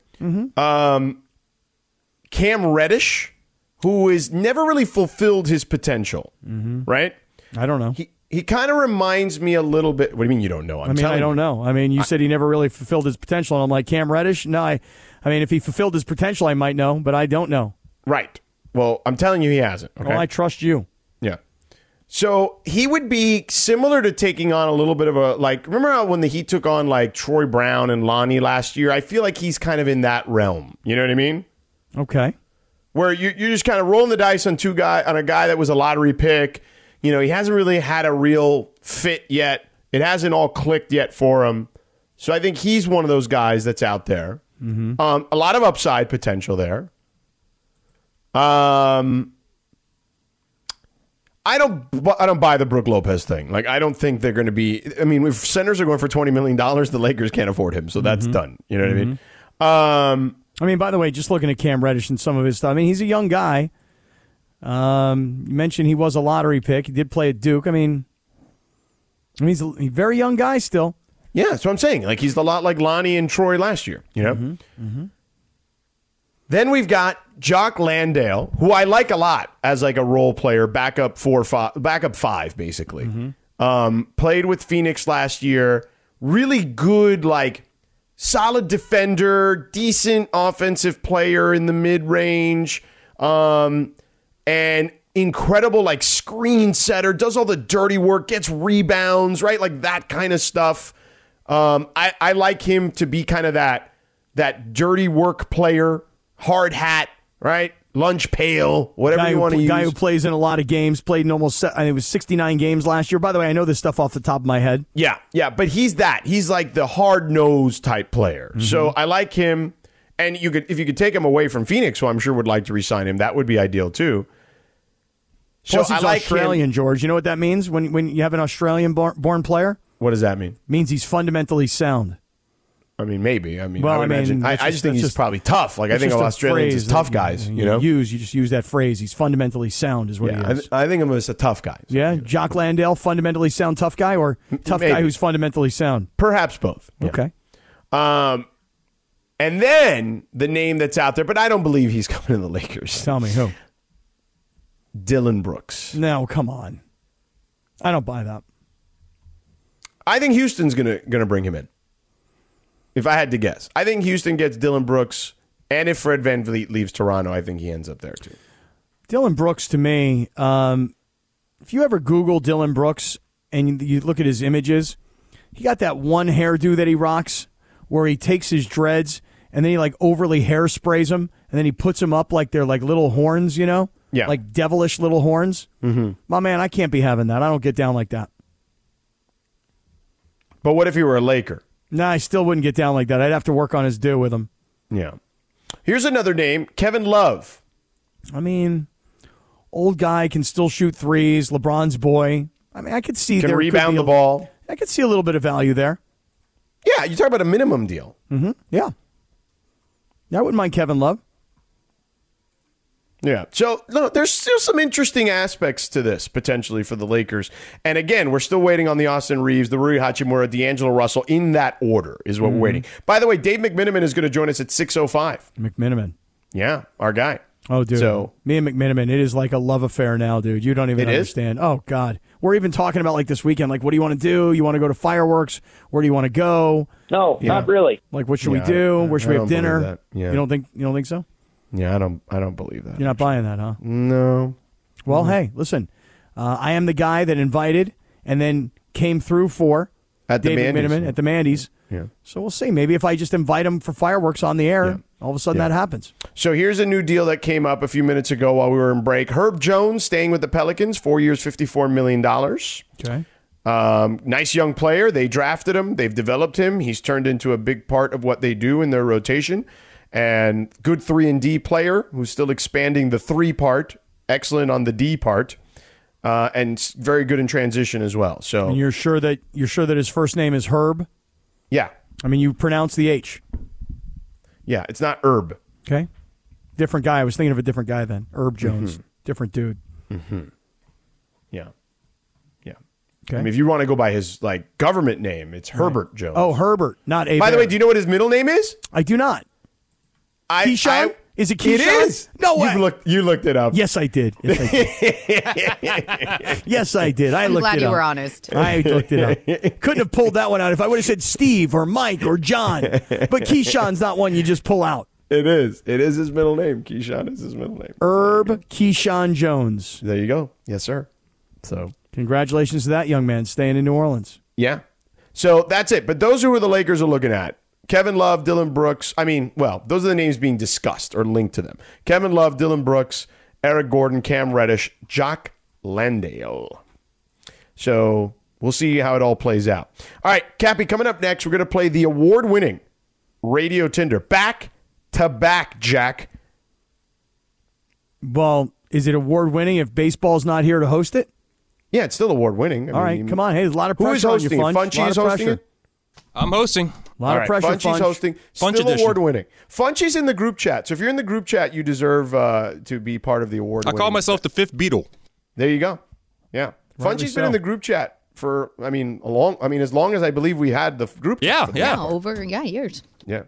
[SPEAKER 1] Um, Cam Reddish, who has never really fulfilled his potential, right?
[SPEAKER 4] I don't know.
[SPEAKER 1] Mm-hmm. He he kind of reminds me a little bit. What do you mean you don't know? I'm
[SPEAKER 4] I mean,
[SPEAKER 1] telling
[SPEAKER 4] I don't
[SPEAKER 1] you.
[SPEAKER 4] know. I mean, you said he never really fulfilled his potential, and I'm like Cam Reddish. No, I, I mean, if he fulfilled his potential, I might know, but I don't know.
[SPEAKER 1] Right. Well, I'm telling you, he hasn't. Okay.
[SPEAKER 4] Well, I trust you.
[SPEAKER 1] yeah. So he would be similar to taking on a little bit of a like. Remember how when the Heat took on like Troy Brown and Lonnie last year? I feel like he's kind of in that realm. You know what I mean?
[SPEAKER 4] Okay.
[SPEAKER 1] where you, you're just kind of rolling the dice on two guy on a guy that was a lottery pick. You know, he hasn't really had a real fit yet. It hasn't all clicked yet for him. So I think he's one of those guys that's out there. Um, a lot of upside potential there. Um, I don't, bu- I don't buy the Brooke Lopez thing. Like, I don't think they're going to be. I mean, if centers are going for twenty million dollars, the Lakers can't afford him, so that's done. You know what I mean? Um,
[SPEAKER 4] I mean, by the way, just looking at Cam Reddish and some of his stuff. I mean, he's a young guy. Um, you mentioned he was a lottery pick. He did play at Duke. I mean, I mean, he's a he's a very young guy still.
[SPEAKER 1] Yeah, that's what I'm saying. Like he's a lot like Lonnie and Troy last year, you know? Then we've got Jock Landale, who I like a lot as like a role player, backup four five backup five, basically. Um, played with Phoenix last year. Really good, like solid defender, decent offensive player in the mid range. Um, and incredible like screen setter, does all the dirty work, gets rebounds, right? Like that kind of stuff. Um, I, I like him to be kind of that that dirty work player, hard hat, right? Lunch pail, whatever
[SPEAKER 4] Guy,
[SPEAKER 1] you want to
[SPEAKER 4] who,
[SPEAKER 1] use.
[SPEAKER 4] guy who plays in a lot of games. Played in almost se- I think it was 69 games last year. By the way, I know this stuff off the top of my head.
[SPEAKER 1] Yeah, yeah, but he's that. He's like the hard nosed type player. So I like him. And you could if you could take him away from Phoenix, who I'm sure would like to resign him, that would be ideal too. So
[SPEAKER 4] Plus,
[SPEAKER 1] I
[SPEAKER 4] he's
[SPEAKER 1] like him-
[SPEAKER 4] Australian, George. You know what that means when when you have an Australian bor- born player?
[SPEAKER 1] What does that mean?
[SPEAKER 4] means he's fundamentally sound.
[SPEAKER 1] I mean, maybe. I mean,
[SPEAKER 4] Well,
[SPEAKER 1] I, would
[SPEAKER 4] I mean,
[SPEAKER 1] imagine. I,
[SPEAKER 4] that's
[SPEAKER 1] I
[SPEAKER 4] just-
[SPEAKER 1] just think
[SPEAKER 4] that's
[SPEAKER 1] he's
[SPEAKER 4] just-
[SPEAKER 1] probably tough. Like, I
[SPEAKER 4] It's
[SPEAKER 1] think
[SPEAKER 4] just
[SPEAKER 1] of
[SPEAKER 4] a
[SPEAKER 1] Australians
[SPEAKER 4] phrase
[SPEAKER 1] as tough
[SPEAKER 4] that
[SPEAKER 1] guys, you know?
[SPEAKER 4] Use you just use that phrase. He's fundamentally sound, is what
[SPEAKER 1] yeah,
[SPEAKER 4] he
[SPEAKER 1] I,
[SPEAKER 4] is.
[SPEAKER 1] th- I think of him as a tough guy.
[SPEAKER 4] Yeah, Jock Landale, fundamentally sound tough guy, or tough
[SPEAKER 1] maybe.
[SPEAKER 4] guy who's fundamentally sound.
[SPEAKER 1] Perhaps both. Yeah.
[SPEAKER 4] Okay.
[SPEAKER 1] Um, and then the name that's out there, but I don't believe he's coming to the Lakers
[SPEAKER 4] Tell me who.
[SPEAKER 1] Dylan Brooks.
[SPEAKER 4] No, come on. I don't buy that.
[SPEAKER 1] I think Houston's gonna gonna bring him in. If I had to guess, I think Houston gets Dylan Brooks, and if Fred Van Vliet leaves Toronto, I think he ends up there too.
[SPEAKER 4] Dylan Brooks to me, um, if you ever Google Dylan Brooks and you look at his images, he got that one hairdo that he rocks where he takes his dreads and then he like overly hairsprays them and then he puts them up like they're like little horns, you know?
[SPEAKER 1] Yeah.
[SPEAKER 4] Like devilish little horns. Mm-hmm. My man, I can't be having that. I don't get down like that.
[SPEAKER 1] But what if he were a Laker?
[SPEAKER 4] Nah, I still wouldn't get down like that. I'd have to work on his do with him.
[SPEAKER 1] Yeah. Here's another name, Kevin Love.
[SPEAKER 4] I mean, old guy can still shoot threes. LeBron's boy. I mean, I could see
[SPEAKER 1] Can
[SPEAKER 4] there could
[SPEAKER 1] rebound
[SPEAKER 4] be a-
[SPEAKER 1] the ball.
[SPEAKER 4] I could see a little bit of value there.
[SPEAKER 1] Yeah, you talk about a minimum deal.
[SPEAKER 4] Yeah. I wouldn't mind Kevin Love.
[SPEAKER 1] Yeah. So no, there's still some interesting aspects to this potentially for the Lakers. And again, we're still waiting on the Austin Reeves, the Rui Hachimura, D'Angelo Russell in that order is
[SPEAKER 4] Mm-hmm.
[SPEAKER 1] what we're waiting. By the way, Dave McMiniman is going to join us at 6:05.
[SPEAKER 4] McMiniman.
[SPEAKER 1] Yeah, our guy.
[SPEAKER 4] Oh, dude.
[SPEAKER 1] So
[SPEAKER 4] me and McMiniman, it is like a love affair now, dude. You don't even
[SPEAKER 1] It is?
[SPEAKER 4] understand. Oh God, we're even talking about like this weekend. Like, what do you want to do? You want to go to fireworks? Where do you want to go?
[SPEAKER 7] No,
[SPEAKER 4] Yeah.
[SPEAKER 7] not really.
[SPEAKER 4] Like, what should
[SPEAKER 1] Yeah,
[SPEAKER 4] we do?
[SPEAKER 1] I-
[SPEAKER 4] Where should
[SPEAKER 1] I
[SPEAKER 4] we
[SPEAKER 1] don't
[SPEAKER 4] have
[SPEAKER 1] believe
[SPEAKER 4] dinner?
[SPEAKER 1] that. Yeah.
[SPEAKER 4] You don't think? You don't think so?
[SPEAKER 1] yeah, I don't I don't believe that.
[SPEAKER 4] You're not buying that, huh?
[SPEAKER 1] No.
[SPEAKER 4] Well,
[SPEAKER 1] Mm-hmm.
[SPEAKER 4] hey, listen, uh, I am the guy that invited and then came through for
[SPEAKER 1] At the
[SPEAKER 4] Dave
[SPEAKER 1] Mandy's.
[SPEAKER 4] McMiniman at the Mandy's.
[SPEAKER 1] Yeah.
[SPEAKER 4] So we'll see. Maybe if I just invite him for fireworks on the air, all of a sudden that happens.
[SPEAKER 1] So here's a new deal that came up a few minutes ago while we were in break. Herb Jones staying with the Pelicans, 4 years, 54 million dollars.
[SPEAKER 4] Okay.
[SPEAKER 1] Um, nice young player. They drafted him. They've developed him. He's turned into a big part of what they do in their rotation. And good three and D player who's still expanding the three part. Excellent on the D part, uh, and s- very good in transition as well. So
[SPEAKER 4] And you're sure that you're sure that his first name is Herb.
[SPEAKER 1] yeah,
[SPEAKER 4] I mean, you pronounce the H.
[SPEAKER 1] yeah. It's not Herb.
[SPEAKER 4] Okay. Different guy. I was thinking of a different guy then. Herb
[SPEAKER 1] Mm-hmm.
[SPEAKER 4] Jones. Different dude.
[SPEAKER 1] Yeah, yeah. I
[SPEAKER 4] Okay.
[SPEAKER 1] mean, if you want to go by his like government name, it's Herbert Jones.
[SPEAKER 4] oh, Herbert, not a.
[SPEAKER 1] by the way, do you know what his middle name is?
[SPEAKER 4] I do not.
[SPEAKER 1] I,
[SPEAKER 4] Keyshawn?
[SPEAKER 1] I-
[SPEAKER 4] Is it
[SPEAKER 1] It
[SPEAKER 4] Keyshawn?
[SPEAKER 1] is.
[SPEAKER 4] No way.
[SPEAKER 1] You looked. You looked it up.
[SPEAKER 4] Yes, I did. Yes, I did. yes, I did. I
[SPEAKER 3] I'm
[SPEAKER 4] looked
[SPEAKER 3] glad
[SPEAKER 4] it
[SPEAKER 3] you
[SPEAKER 4] up.
[SPEAKER 3] were honest.
[SPEAKER 4] I looked it up. Couldn't have pulled that one out if I would have said Steve or Mike or John. But Keyshawn's not one you just pull out.
[SPEAKER 1] It is. It is his middle name. Keyshawn is his middle name.
[SPEAKER 4] Er- Herb Keyshawn Jones.
[SPEAKER 1] There you go. Yes, sir. So
[SPEAKER 4] Congratulations to that young man staying in New Orleans.
[SPEAKER 1] yeah. So that's it. But those are who the Lakers are looking at. Kevin Love, Dylan Brooks. I mean, well, those are the names being discussed or linked to them. Kevin Love, Dylan Brooks, Eric Gordon, Cam Reddish, Jock Landale. So we'll see how it all plays out. All right, Cappy, coming up next, we're going to play the award winning Radio Tinder back to back, Jack.
[SPEAKER 4] Well, is it award winning if baseball's not here to host it?
[SPEAKER 1] Yeah, it's still award winning.
[SPEAKER 4] All right, come on. Hey, there's a lot of pressure
[SPEAKER 1] Who is
[SPEAKER 4] on you,
[SPEAKER 1] hosting it?
[SPEAKER 4] Funch. A
[SPEAKER 1] Funchy
[SPEAKER 4] lot
[SPEAKER 1] is
[SPEAKER 4] of
[SPEAKER 1] hosting
[SPEAKER 4] pressure.
[SPEAKER 1] it?
[SPEAKER 2] I'm hosting.
[SPEAKER 4] A lot
[SPEAKER 1] All
[SPEAKER 4] of
[SPEAKER 1] right,
[SPEAKER 4] pressure.
[SPEAKER 1] Funchy's
[SPEAKER 4] Funch.
[SPEAKER 1] hosting.
[SPEAKER 2] Funch
[SPEAKER 1] Still
[SPEAKER 2] edition.
[SPEAKER 1] award winning. Funchy's in the group chat. So if you're in the group chat, you deserve uh, to be part of the award.
[SPEAKER 2] I call
[SPEAKER 1] winning.
[SPEAKER 2] myself the fifth Beatle.
[SPEAKER 1] There you go. Yeah.
[SPEAKER 4] Rightly
[SPEAKER 1] Funchy's been
[SPEAKER 4] so.
[SPEAKER 1] in the group chat for I mean a long I mean as long as I believe we had the f- group
[SPEAKER 2] Yeah,
[SPEAKER 1] chat.
[SPEAKER 2] yeah.
[SPEAKER 3] Yeah, over yeah years.
[SPEAKER 1] Yeah.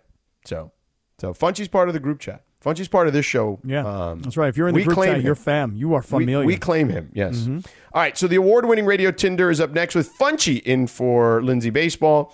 [SPEAKER 1] So so Funchy's part of the group chat. Funchy's part of this show.
[SPEAKER 4] Yeah,
[SPEAKER 1] Um,
[SPEAKER 4] that's right. If you're in the
[SPEAKER 1] we
[SPEAKER 4] group
[SPEAKER 1] claim
[SPEAKER 4] chat,
[SPEAKER 1] him.
[SPEAKER 4] you're fam. You are
[SPEAKER 1] we,
[SPEAKER 4] familiar. Mm-hmm.
[SPEAKER 1] we claim him, yes. All right, so the award winning Radio Tinder is up next with Funchy in for Lindsay Baseball.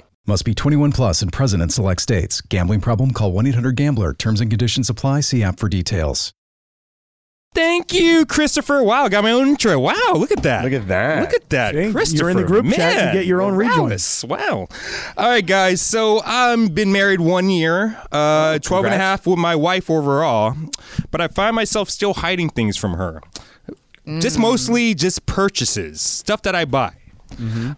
[SPEAKER 6] Must be 21 plus and present in select states. Gambling problem? Call 1 800 Gambler. Terms and conditions apply. See app for details.
[SPEAKER 2] Thank you, Christopher. Wow, got my own intro. Wow, look at that.
[SPEAKER 7] Look at that.
[SPEAKER 2] Look at that.
[SPEAKER 4] See? You're in the
[SPEAKER 2] Christopher.
[SPEAKER 4] group
[SPEAKER 2] man.
[SPEAKER 4] chat, you get your own rejoin.
[SPEAKER 2] Wow. wow. All right, guys. So I've been married one year,
[SPEAKER 4] Oh,
[SPEAKER 2] uh, 12 and a
[SPEAKER 7] congrats.
[SPEAKER 2] half with my wife overall, but I find myself still hiding things from her. Just
[SPEAKER 4] Mm.
[SPEAKER 2] mostly just purchases, stuff that I buy.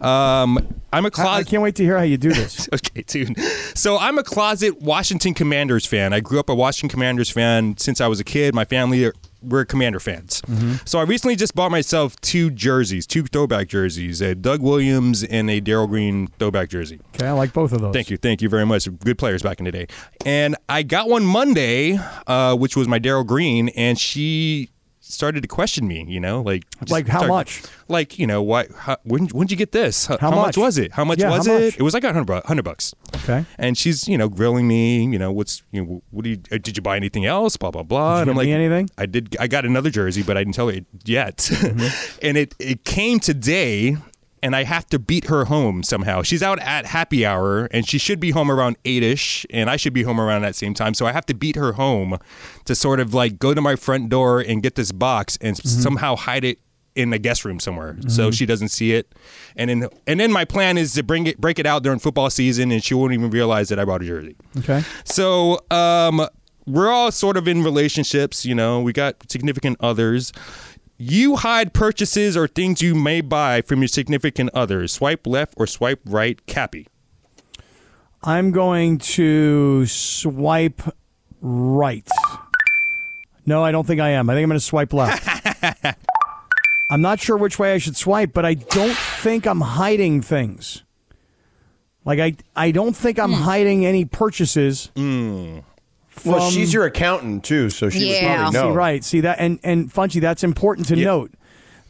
[SPEAKER 2] Um, I'm a
[SPEAKER 4] Mm-hmm. I- I
[SPEAKER 2] closet.
[SPEAKER 4] can't wait to hear how you do this.
[SPEAKER 2] Okay, dude. So I'm a closet Washington Commanders fan. I grew up a Washington Commanders fan since I was a kid. My family are- were Commander fans.
[SPEAKER 4] Mm-hmm.
[SPEAKER 2] So I recently just bought myself two jerseys, two throwback jerseys, a Doug Williams and a Daryl Green throwback jersey.
[SPEAKER 4] Okay, I like both of those.
[SPEAKER 2] Thank you, thank you very much. Good players back in the day. And I got one Monday, uh, which was my Daryl Green, and she started to question me. You know, like just
[SPEAKER 4] Like how
[SPEAKER 2] start-
[SPEAKER 4] much?
[SPEAKER 2] Like you know, why? How, when when'd you get this? How,
[SPEAKER 4] How much?
[SPEAKER 2] much? was it? How much
[SPEAKER 4] Yeah,
[SPEAKER 2] was
[SPEAKER 4] how
[SPEAKER 2] it?
[SPEAKER 4] much?
[SPEAKER 2] It was like a hundred bu- hundred bucks.
[SPEAKER 4] Okay.
[SPEAKER 2] And she's you know grilling me. You know what's you know, what do you uh, did you buy anything else? Blah blah blah.
[SPEAKER 4] Did you
[SPEAKER 2] and I'm
[SPEAKER 4] get
[SPEAKER 2] like
[SPEAKER 4] me anything?
[SPEAKER 2] I did. I got another jersey, but I didn't tell her it yet.
[SPEAKER 4] Mm-hmm.
[SPEAKER 2] and it it came today, and I have to beat her home somehow. She's out at happy hour, and she should be home around eight ish, and I should be home around that same time. So I have to beat her home to sort of like go to my front door and get this box and
[SPEAKER 4] Mm-hmm.
[SPEAKER 2] somehow hide it in the guest room somewhere so she doesn't see it and then and then my plan is to bring it break it out during football season and she won't even realize that i bought a jersey
[SPEAKER 4] Okay.
[SPEAKER 2] so, um, we're all sort of in relationships, you know, we got significant others. You hide purchases or things you may buy from your significant others. Swipe left or swipe right, Cappy.
[SPEAKER 4] I'm going to swipe right. No, I don't think I am. I think I'm going to swipe left. I'm not sure which way I should swipe, but I don't think I'm hiding things. Like I, I don't think I'm hiding any purchases.
[SPEAKER 1] Well, she's your accountant too, so she
[SPEAKER 3] Yeah.
[SPEAKER 1] would probably know.
[SPEAKER 4] See, right. See that, and and Funchy, that's important to note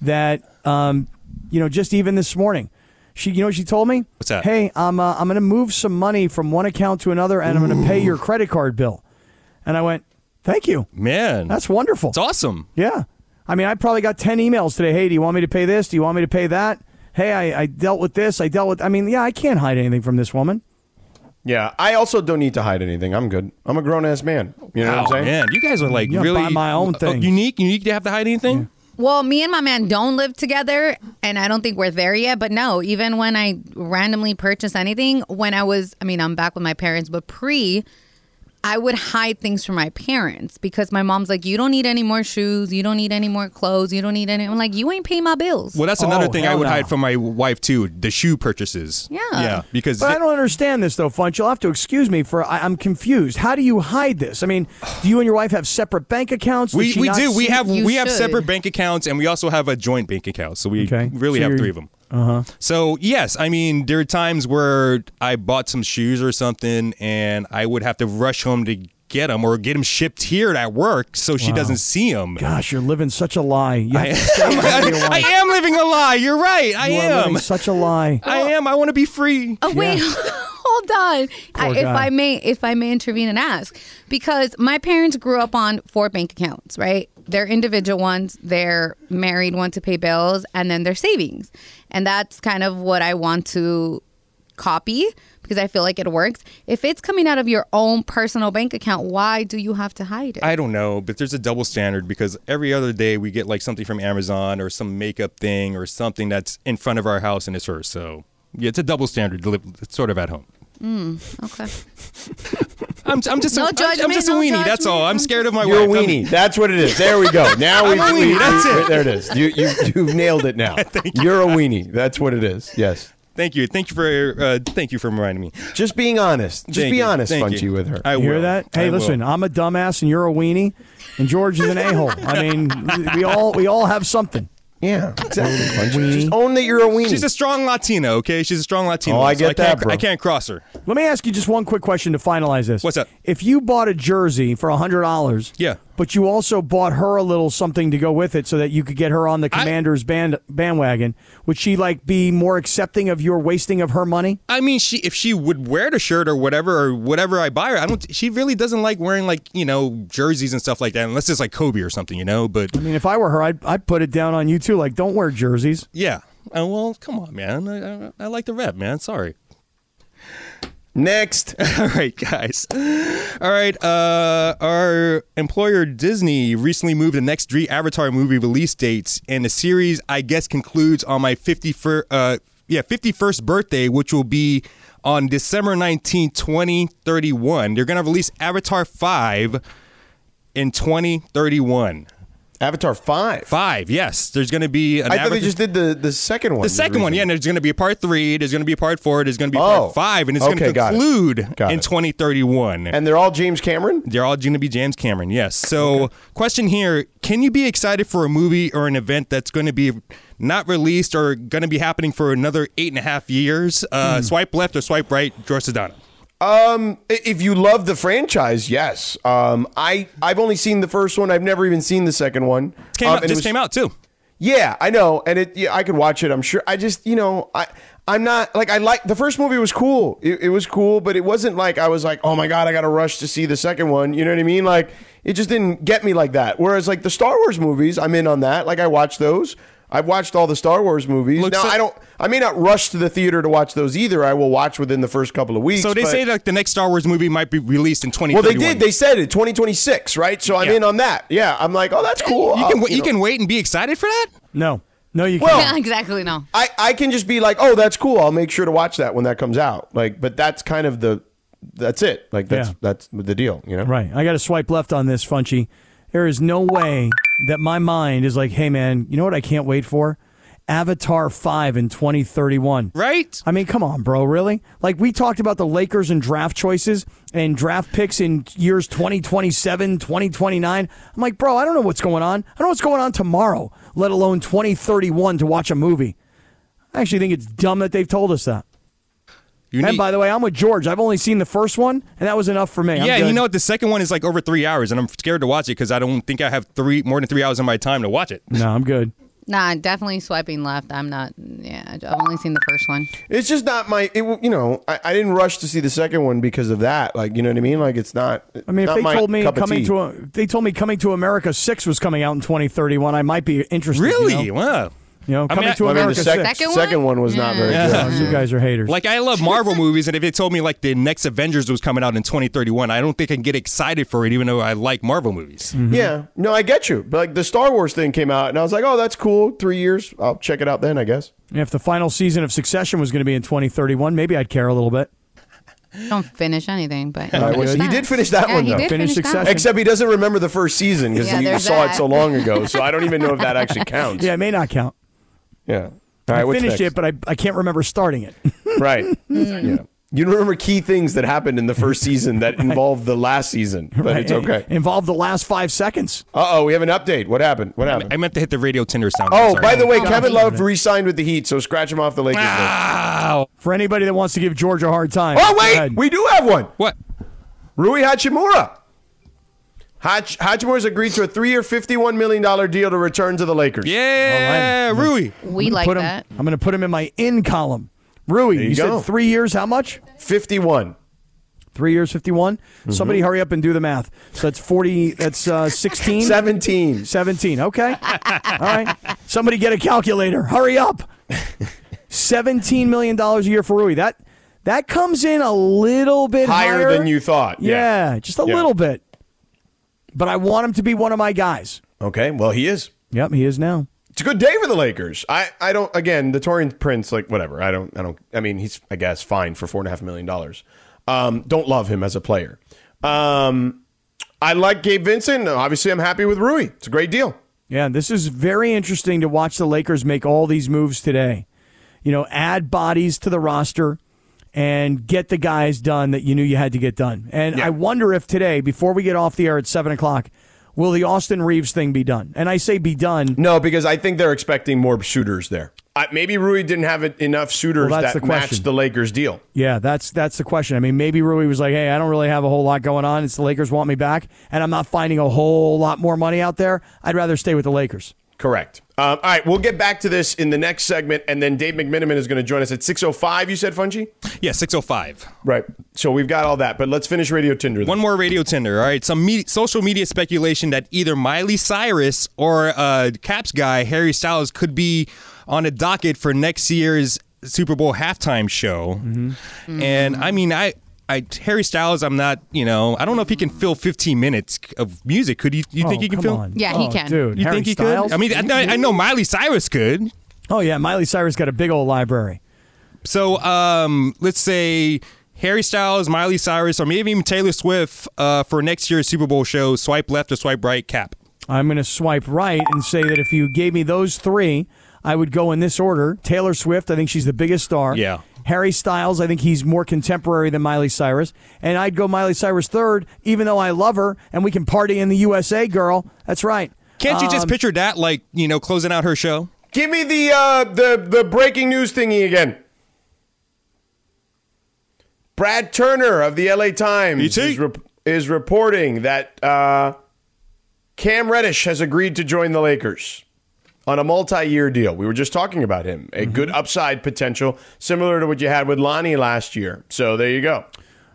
[SPEAKER 4] that um, you know, just even this morning, she, you know, what she told me,
[SPEAKER 2] What's that?
[SPEAKER 4] Hey, I'm uh, I'm going to move some money from one account to another, and I'm going to pay your credit card bill. And I went, thank you.
[SPEAKER 2] Man,
[SPEAKER 4] That's wonderful.
[SPEAKER 2] it's awesome.
[SPEAKER 4] Yeah. I mean, I probably got 10 emails today. Hey, do you want me to pay this? Do you want me to pay that? Hey, I, I dealt with this. I dealt with, I mean, yeah, I can't hide anything from this woman.
[SPEAKER 1] Yeah, I also don't need to hide anything. I'm good. I'm a grown ass man. You know
[SPEAKER 2] Wow,
[SPEAKER 1] what I'm saying?
[SPEAKER 2] man, you guys are like
[SPEAKER 4] Yeah,
[SPEAKER 2] really
[SPEAKER 4] buy my own
[SPEAKER 2] uh,
[SPEAKER 4] things.
[SPEAKER 2] unique. Unique to have to hide anything.
[SPEAKER 3] Well, me and my man don't live together, and I don't think we're there yet. But no, even when I randomly purchase anything, when I was, I mean, I'm back with my parents, but pre, I would hide things from my parents because my mom's like, you don't need any more shoes, you don't need any more clothes, you don't need any. I'm like, you ain't pay my bills.
[SPEAKER 2] Well, that's another
[SPEAKER 4] Oh,
[SPEAKER 2] thing I
[SPEAKER 4] hell
[SPEAKER 2] would
[SPEAKER 4] no.
[SPEAKER 2] hide from my wife too. The shoe purchases.
[SPEAKER 3] Yeah.
[SPEAKER 2] yeah, because
[SPEAKER 4] But I don't understand this, though, Funch. You'll have to excuse me for, I, I'm confused. How do you hide this? I mean, do you and your wife have separate bank accounts? Does
[SPEAKER 2] we,
[SPEAKER 4] she
[SPEAKER 2] we
[SPEAKER 4] not
[SPEAKER 2] do. We
[SPEAKER 4] see-
[SPEAKER 2] have
[SPEAKER 3] You
[SPEAKER 2] we have
[SPEAKER 3] should.
[SPEAKER 2] separate bank accounts, and we also have a joint bank account. So we
[SPEAKER 4] Okay.
[SPEAKER 2] really
[SPEAKER 4] So
[SPEAKER 2] have
[SPEAKER 4] you're-
[SPEAKER 2] three of them. Uh-huh. So yes, I mean there are times where I bought some shoes or something, and I would have to rush home to get them or get them shipped here at work, so she doesn't see them.
[SPEAKER 4] Gosh, you're living such a lie. You have to stay away from your
[SPEAKER 2] I
[SPEAKER 4] wife.
[SPEAKER 2] am living a lie. You're right. I
[SPEAKER 4] You are
[SPEAKER 2] am.
[SPEAKER 4] living such a lie.
[SPEAKER 2] I am. I want to be free.
[SPEAKER 3] Oh wait, hold on. I, if
[SPEAKER 4] guy.
[SPEAKER 3] I may, if I may intervene and ask, because my parents grew up on four bank accounts, right? They're individual ones, they're married one to pay bills, and then their savings, and that's kind of what I want to copy because I feel like it works. If it's coming out of your own personal bank account, why do you have to hide it?
[SPEAKER 2] I don't know, but there's a double standard because every other day we get like something from Amazon or some makeup thing or something that's in front of our house and it's hers. So yeah, it's a double standard to live sort of at home.
[SPEAKER 3] okay.
[SPEAKER 2] I'm, I'm just
[SPEAKER 3] No
[SPEAKER 2] a, I'm, I'm
[SPEAKER 3] judgment,
[SPEAKER 2] just a
[SPEAKER 3] no
[SPEAKER 2] weenie. That's all.
[SPEAKER 3] judgment.
[SPEAKER 2] I'm scared of my
[SPEAKER 1] You're a
[SPEAKER 2] wife. I'm-
[SPEAKER 1] weenie. That's what it is. There we go. Now we,
[SPEAKER 2] I'm a
[SPEAKER 1] we-
[SPEAKER 2] weenie.
[SPEAKER 1] we-
[SPEAKER 2] That's it.
[SPEAKER 1] There it is. You you you've nailed it now. You're a weenie. That's what it is. Yes.
[SPEAKER 2] Thank you. Thank you for uh, thank you for reminding me.
[SPEAKER 1] Just being honest. Just
[SPEAKER 2] Thank
[SPEAKER 1] be
[SPEAKER 2] you.
[SPEAKER 1] honest,
[SPEAKER 2] Thank
[SPEAKER 1] Funchy,
[SPEAKER 2] you.
[SPEAKER 1] with her.
[SPEAKER 2] I
[SPEAKER 4] You hear
[SPEAKER 2] will.
[SPEAKER 4] that?
[SPEAKER 2] I
[SPEAKER 4] Hey,
[SPEAKER 2] will.
[SPEAKER 4] listen, I'm a dumbass and you're a weenie, and George is an a-hole. I mean, we all we all have something.
[SPEAKER 1] yeah, exactly. Funchy. Just own that you're a weenie.
[SPEAKER 2] She's a strong Latina. Okay, she's a strong Latina.
[SPEAKER 1] Oh, I
[SPEAKER 2] so
[SPEAKER 1] get that,
[SPEAKER 2] can't,
[SPEAKER 1] bro.
[SPEAKER 2] I can't cross her.
[SPEAKER 4] Let me ask you just one quick question to finalize this.
[SPEAKER 2] What's up?
[SPEAKER 4] If you bought a jersey for hundred dollars,
[SPEAKER 2] Yeah.
[SPEAKER 4] but you also bought her a little something to go with it, so that you could get her on the
[SPEAKER 2] I-
[SPEAKER 4] Commanders band bandwagon, would she like be more accepting of your wasting of her money?
[SPEAKER 2] I mean, she if she would wear the shirt or whatever or whatever I buy her, I don't. She really doesn't like wearing like you know jerseys and stuff like that, unless it's like Kobe or something, you know. But
[SPEAKER 4] I mean, if I were her, I'd, I'd put it down on you too. Like, don't wear jerseys.
[SPEAKER 2] Yeah. Uh, well, come on, man. I, I, I like the rep, man. Sorry.
[SPEAKER 1] Next.
[SPEAKER 2] All right, guys. All right. Uh, our employer Disney recently moved the next three Avatar movie release dates, and the series, I guess, concludes on my 51st, uh, yeah, 51st birthday, which will be on December 19, 2031. They're going to release Avatar 5 in 2031.
[SPEAKER 1] Avatar 5.
[SPEAKER 2] Five, yes. There's going to be an
[SPEAKER 1] I thought
[SPEAKER 2] Avatar-
[SPEAKER 1] they just did the, the second one.
[SPEAKER 2] the second one, yeah, and there's going to be a part three, there's going to be a part four, there's going to be a
[SPEAKER 1] Oh.
[SPEAKER 2] part five, and it's
[SPEAKER 1] Okay,
[SPEAKER 2] going to
[SPEAKER 1] got it.
[SPEAKER 2] conclude
[SPEAKER 1] Got
[SPEAKER 2] in
[SPEAKER 1] it.
[SPEAKER 2] 2031.
[SPEAKER 1] And they're all James Cameron?
[SPEAKER 2] They're all going to be James Cameron. Yes. So, question here: Can you be excited for a movie or an event that's going to be not released or going to be happening for another eight and a half years?
[SPEAKER 1] Hmm.
[SPEAKER 2] Uh, Swipe left or swipe right, George Sedana.
[SPEAKER 1] I- If you love the franchise, yes. Um, I, I've only seen the first one. I've never even seen the second one.
[SPEAKER 2] Came
[SPEAKER 1] Um,
[SPEAKER 2] out,
[SPEAKER 1] and it
[SPEAKER 2] just
[SPEAKER 1] was-
[SPEAKER 2] came out too.
[SPEAKER 1] Yeah, I know, and it. Yeah, I could watch it. I'm sure. I just, you know, I. I'm not like I like the first movie was cool. It, it was cool, but it wasn't like I was like, oh my god, I got to rush to see the second one. You know what I mean? Like it just didn't get me like that. Whereas like the Star Wars movies, I'm in on that. Like I watch those. I've watched all the Star Wars movies.
[SPEAKER 2] Look,
[SPEAKER 1] now
[SPEAKER 2] so-
[SPEAKER 1] I don't. I may not rush to the theater to watch those either. I will watch within the first couple of weeks.
[SPEAKER 2] So they
[SPEAKER 1] but-
[SPEAKER 2] say like the next Star Wars movie might be released in 2031.
[SPEAKER 1] Well, they did. They said it 2026, right? So I'm
[SPEAKER 2] Yeah. Eh,
[SPEAKER 1] in on that. Yeah, I'm like, oh, that's cool.
[SPEAKER 2] you
[SPEAKER 1] I'll-
[SPEAKER 2] can wa- you,
[SPEAKER 1] know.
[SPEAKER 2] can wait and be excited for that.
[SPEAKER 4] No, no, you
[SPEAKER 1] Well-
[SPEAKER 4] can't.
[SPEAKER 3] Yeah, exactly. No.
[SPEAKER 1] I, I can just be like, oh, that's cool. I'll make sure to watch that when that comes out. Like, but that's kind of the, that's it. Like that's
[SPEAKER 4] Yeah.
[SPEAKER 1] that's the deal. You know,
[SPEAKER 4] Right. I got to swipe left on this, Funchy. There is no way that my mind is like, hey, man, you know what I can't wait for? Avatar 5 in 2031.
[SPEAKER 2] Right.
[SPEAKER 4] I mean, come on, bro, really? Like, we talked about the Lakers and draft choices and draft picks in years 2027, 2029. I'm like, bro, I don't know what's going on. I don't know what's going on tomorrow, let alone 2031 to watch a movie. I actually think it's dumb that they've told us that.
[SPEAKER 2] You
[SPEAKER 4] and by the way, I'm with George. I've only seen the first one, and that was enough for me. I'm
[SPEAKER 2] yeah,
[SPEAKER 4] good.
[SPEAKER 2] you know what? The second one is like over three hours, and I'm scared to watch it because I don't think I have three more than three hours of my time to watch it.
[SPEAKER 4] No, I'm good.
[SPEAKER 3] Nah, definitely swiping left. I'm not. Yeah, I've only seen the first one.
[SPEAKER 1] it's just not my. It, you know, I, I didn't rush to see the second one because of that. Like, you know what I mean? Like, it's not.
[SPEAKER 4] I mean, if
[SPEAKER 1] not
[SPEAKER 4] they
[SPEAKER 1] my
[SPEAKER 4] told me
[SPEAKER 1] cup of
[SPEAKER 4] coming
[SPEAKER 1] tea.
[SPEAKER 4] to a, they told me coming to America six was coming out in 2031, I might be interested. you
[SPEAKER 2] Really?
[SPEAKER 4] know?
[SPEAKER 2] Wow.
[SPEAKER 4] You know,
[SPEAKER 2] I mean,
[SPEAKER 4] coming to
[SPEAKER 2] I-
[SPEAKER 1] I mean, the
[SPEAKER 4] America
[SPEAKER 1] sec-
[SPEAKER 4] six.
[SPEAKER 3] Second one?
[SPEAKER 1] second one was not very
[SPEAKER 4] Oh,
[SPEAKER 1] good.
[SPEAKER 4] you guys are haters.
[SPEAKER 2] Like I love Marvel movies, and if they told me like the next Avengers was coming out in 2031, I don't think I can get excited for it, even though I like Marvel movies.
[SPEAKER 1] Yeah, no, I get you. But like the Star Wars thing came out, and I was like, oh, that's cool. Three years, I'll check it out then, I guess.
[SPEAKER 4] And if the final season of Succession was going to be in 2031, maybe I'd care a little bit.
[SPEAKER 3] Don't finish anything, but
[SPEAKER 1] I was- he did finish that
[SPEAKER 3] yeah,
[SPEAKER 1] one
[SPEAKER 3] he
[SPEAKER 1] though.
[SPEAKER 3] did
[SPEAKER 4] Finish
[SPEAKER 3] finish that
[SPEAKER 4] Succession.
[SPEAKER 3] one.
[SPEAKER 1] Except he doesn't remember the first season because
[SPEAKER 3] Yeah,
[SPEAKER 1] he
[SPEAKER 3] there's
[SPEAKER 1] saw it
[SPEAKER 3] that.
[SPEAKER 1] so long ago. So I don't even know if that actually counts.
[SPEAKER 4] Yeah, it may not count.
[SPEAKER 1] Yeah. All right,
[SPEAKER 4] I
[SPEAKER 1] what's
[SPEAKER 4] finished
[SPEAKER 1] next?
[SPEAKER 4] it, but I, I can't remember starting it.
[SPEAKER 1] Right. yeah. You don't remember key things that happened in the first season that involved the last season, but it's
[SPEAKER 4] It-
[SPEAKER 1] okay.
[SPEAKER 4] It involved the last five seconds.
[SPEAKER 1] Uh oh, we have an update. What happened? What happened?
[SPEAKER 2] I meant to hit the radio tender sound. I'm
[SPEAKER 1] oh,
[SPEAKER 2] sorry.
[SPEAKER 1] by the way, Kevin Love re signed with the Heat, so scratch him off the Lakers. list.
[SPEAKER 2] Ow.
[SPEAKER 4] For anybody that wants to give George a hard time.
[SPEAKER 1] Oh,
[SPEAKER 4] go
[SPEAKER 1] wait.
[SPEAKER 4] ahead.
[SPEAKER 1] We do have one.
[SPEAKER 2] What?
[SPEAKER 1] Rui Hachimura. Hach- Hachimura's agreed to a three year, $51 million deal to return to the Lakers.
[SPEAKER 2] Yeah,
[SPEAKER 4] All right.
[SPEAKER 2] Rui.
[SPEAKER 3] We like
[SPEAKER 4] Put him-
[SPEAKER 3] that.
[SPEAKER 4] I'm going to put him in my in column. Rui,
[SPEAKER 1] you
[SPEAKER 4] you
[SPEAKER 1] go.
[SPEAKER 4] said three years. How much?
[SPEAKER 1] 51.
[SPEAKER 4] Three years, 51.
[SPEAKER 1] Mm-hmm.
[SPEAKER 4] Somebody hurry up and do the math. So that's 40. That's uh, 16.
[SPEAKER 1] 17.
[SPEAKER 4] 17. Okay. All right. Somebody get a calculator. Hurry up. $17 million a year for Rui. That that comes in a little bit higher,
[SPEAKER 1] Higher than you thought.
[SPEAKER 4] Yeah, just a
[SPEAKER 1] Yeah.
[SPEAKER 4] little bit. But I want him to be one of my guys.
[SPEAKER 1] Okay, well, he is.
[SPEAKER 4] Yep, he is now.
[SPEAKER 1] it's a good day for the Lakers. I, I don't again the Torian Prince like whatever. I don't I don't I mean he's I guess fine for four and a half million dollars. Um, don't love him as a player. Um, I like Gabe Vincent. Obviously, I'm happy with Rui. It's a great deal.
[SPEAKER 4] Yeah, this is very interesting to watch the Lakers make all these moves today. You know, add bodies to the roster and get the guys done that you knew you had to get done. And I wonder if today, before we get off the air at seven o'clock, will the Austin Reeves thing be done? And I say be done.
[SPEAKER 1] No, because I think they're expecting more shooters there. I, maybe Rui didn't have it- enough shooters
[SPEAKER 4] Well, that's
[SPEAKER 1] that
[SPEAKER 4] the question.
[SPEAKER 1] matched the Lakers deal.
[SPEAKER 4] Yeah, that's that's the question. I mean, maybe Rui was like, "Hey, I don't really have a whole lot going on. It's the Lakers want me back, and I'm not finding a whole lot more money out there. I'd rather stay with the Lakers."
[SPEAKER 1] Correct. Um, all right, we'll get back to this in the next segment, and then Dave McMiniman is going to join us at 6:05. You said Fungi,
[SPEAKER 2] Yeah, 605.
[SPEAKER 1] right? So we've got all that, but let's finish Radio Tinder. then.
[SPEAKER 2] One more radio tender. All right. Some me- social media speculation that either Miley Cyrus or uh, Caps guy Harry Styles could be on a docket for next year's Super Bowl halftime show. And I mean, I I Harry Styles, I'm not, you know, I don't know if he can fill 15 minutes of music. Could you? You think
[SPEAKER 4] Oh,
[SPEAKER 2] he can
[SPEAKER 4] come
[SPEAKER 2] fill?
[SPEAKER 4] on.
[SPEAKER 3] Yeah, he
[SPEAKER 4] Oh,
[SPEAKER 3] can.
[SPEAKER 4] Dude,
[SPEAKER 2] You
[SPEAKER 4] Harry
[SPEAKER 2] think he
[SPEAKER 4] Styles?
[SPEAKER 2] could? I mean, I, I know Miley Cyrus could.
[SPEAKER 4] oh yeah, Miley Cyrus got a big old library.
[SPEAKER 2] So um, let's say Harry Styles, Miley Cyrus, or maybe even Taylor Swift uh, for next year's Super Bowl show. Swipe left or swipe right? Cap.
[SPEAKER 4] I'm going to swipe right and say that if you gave me those three, I would go in this order. Taylor Swift, I think she's the biggest star.
[SPEAKER 2] Yeah.
[SPEAKER 4] Harry Styles, I think he's more contemporary than Miley Cyrus. And I'd go Miley Cyrus third, even though I love her and we can party in the USA, girl. That's right.
[SPEAKER 2] Can't you
[SPEAKER 1] Um,
[SPEAKER 2] just picture that, like you know, closing out her show?
[SPEAKER 1] Give me the uh, the the breaking news thingy again. Brad Turner of the LA Times
[SPEAKER 2] BT.
[SPEAKER 1] is, rep- is reporting that uh, Cam Reddish has agreed to join the Lakers on a multi-year deal. We were just talking about him. A good upside potential, similar to what you had with Lonnie last year. So there you go.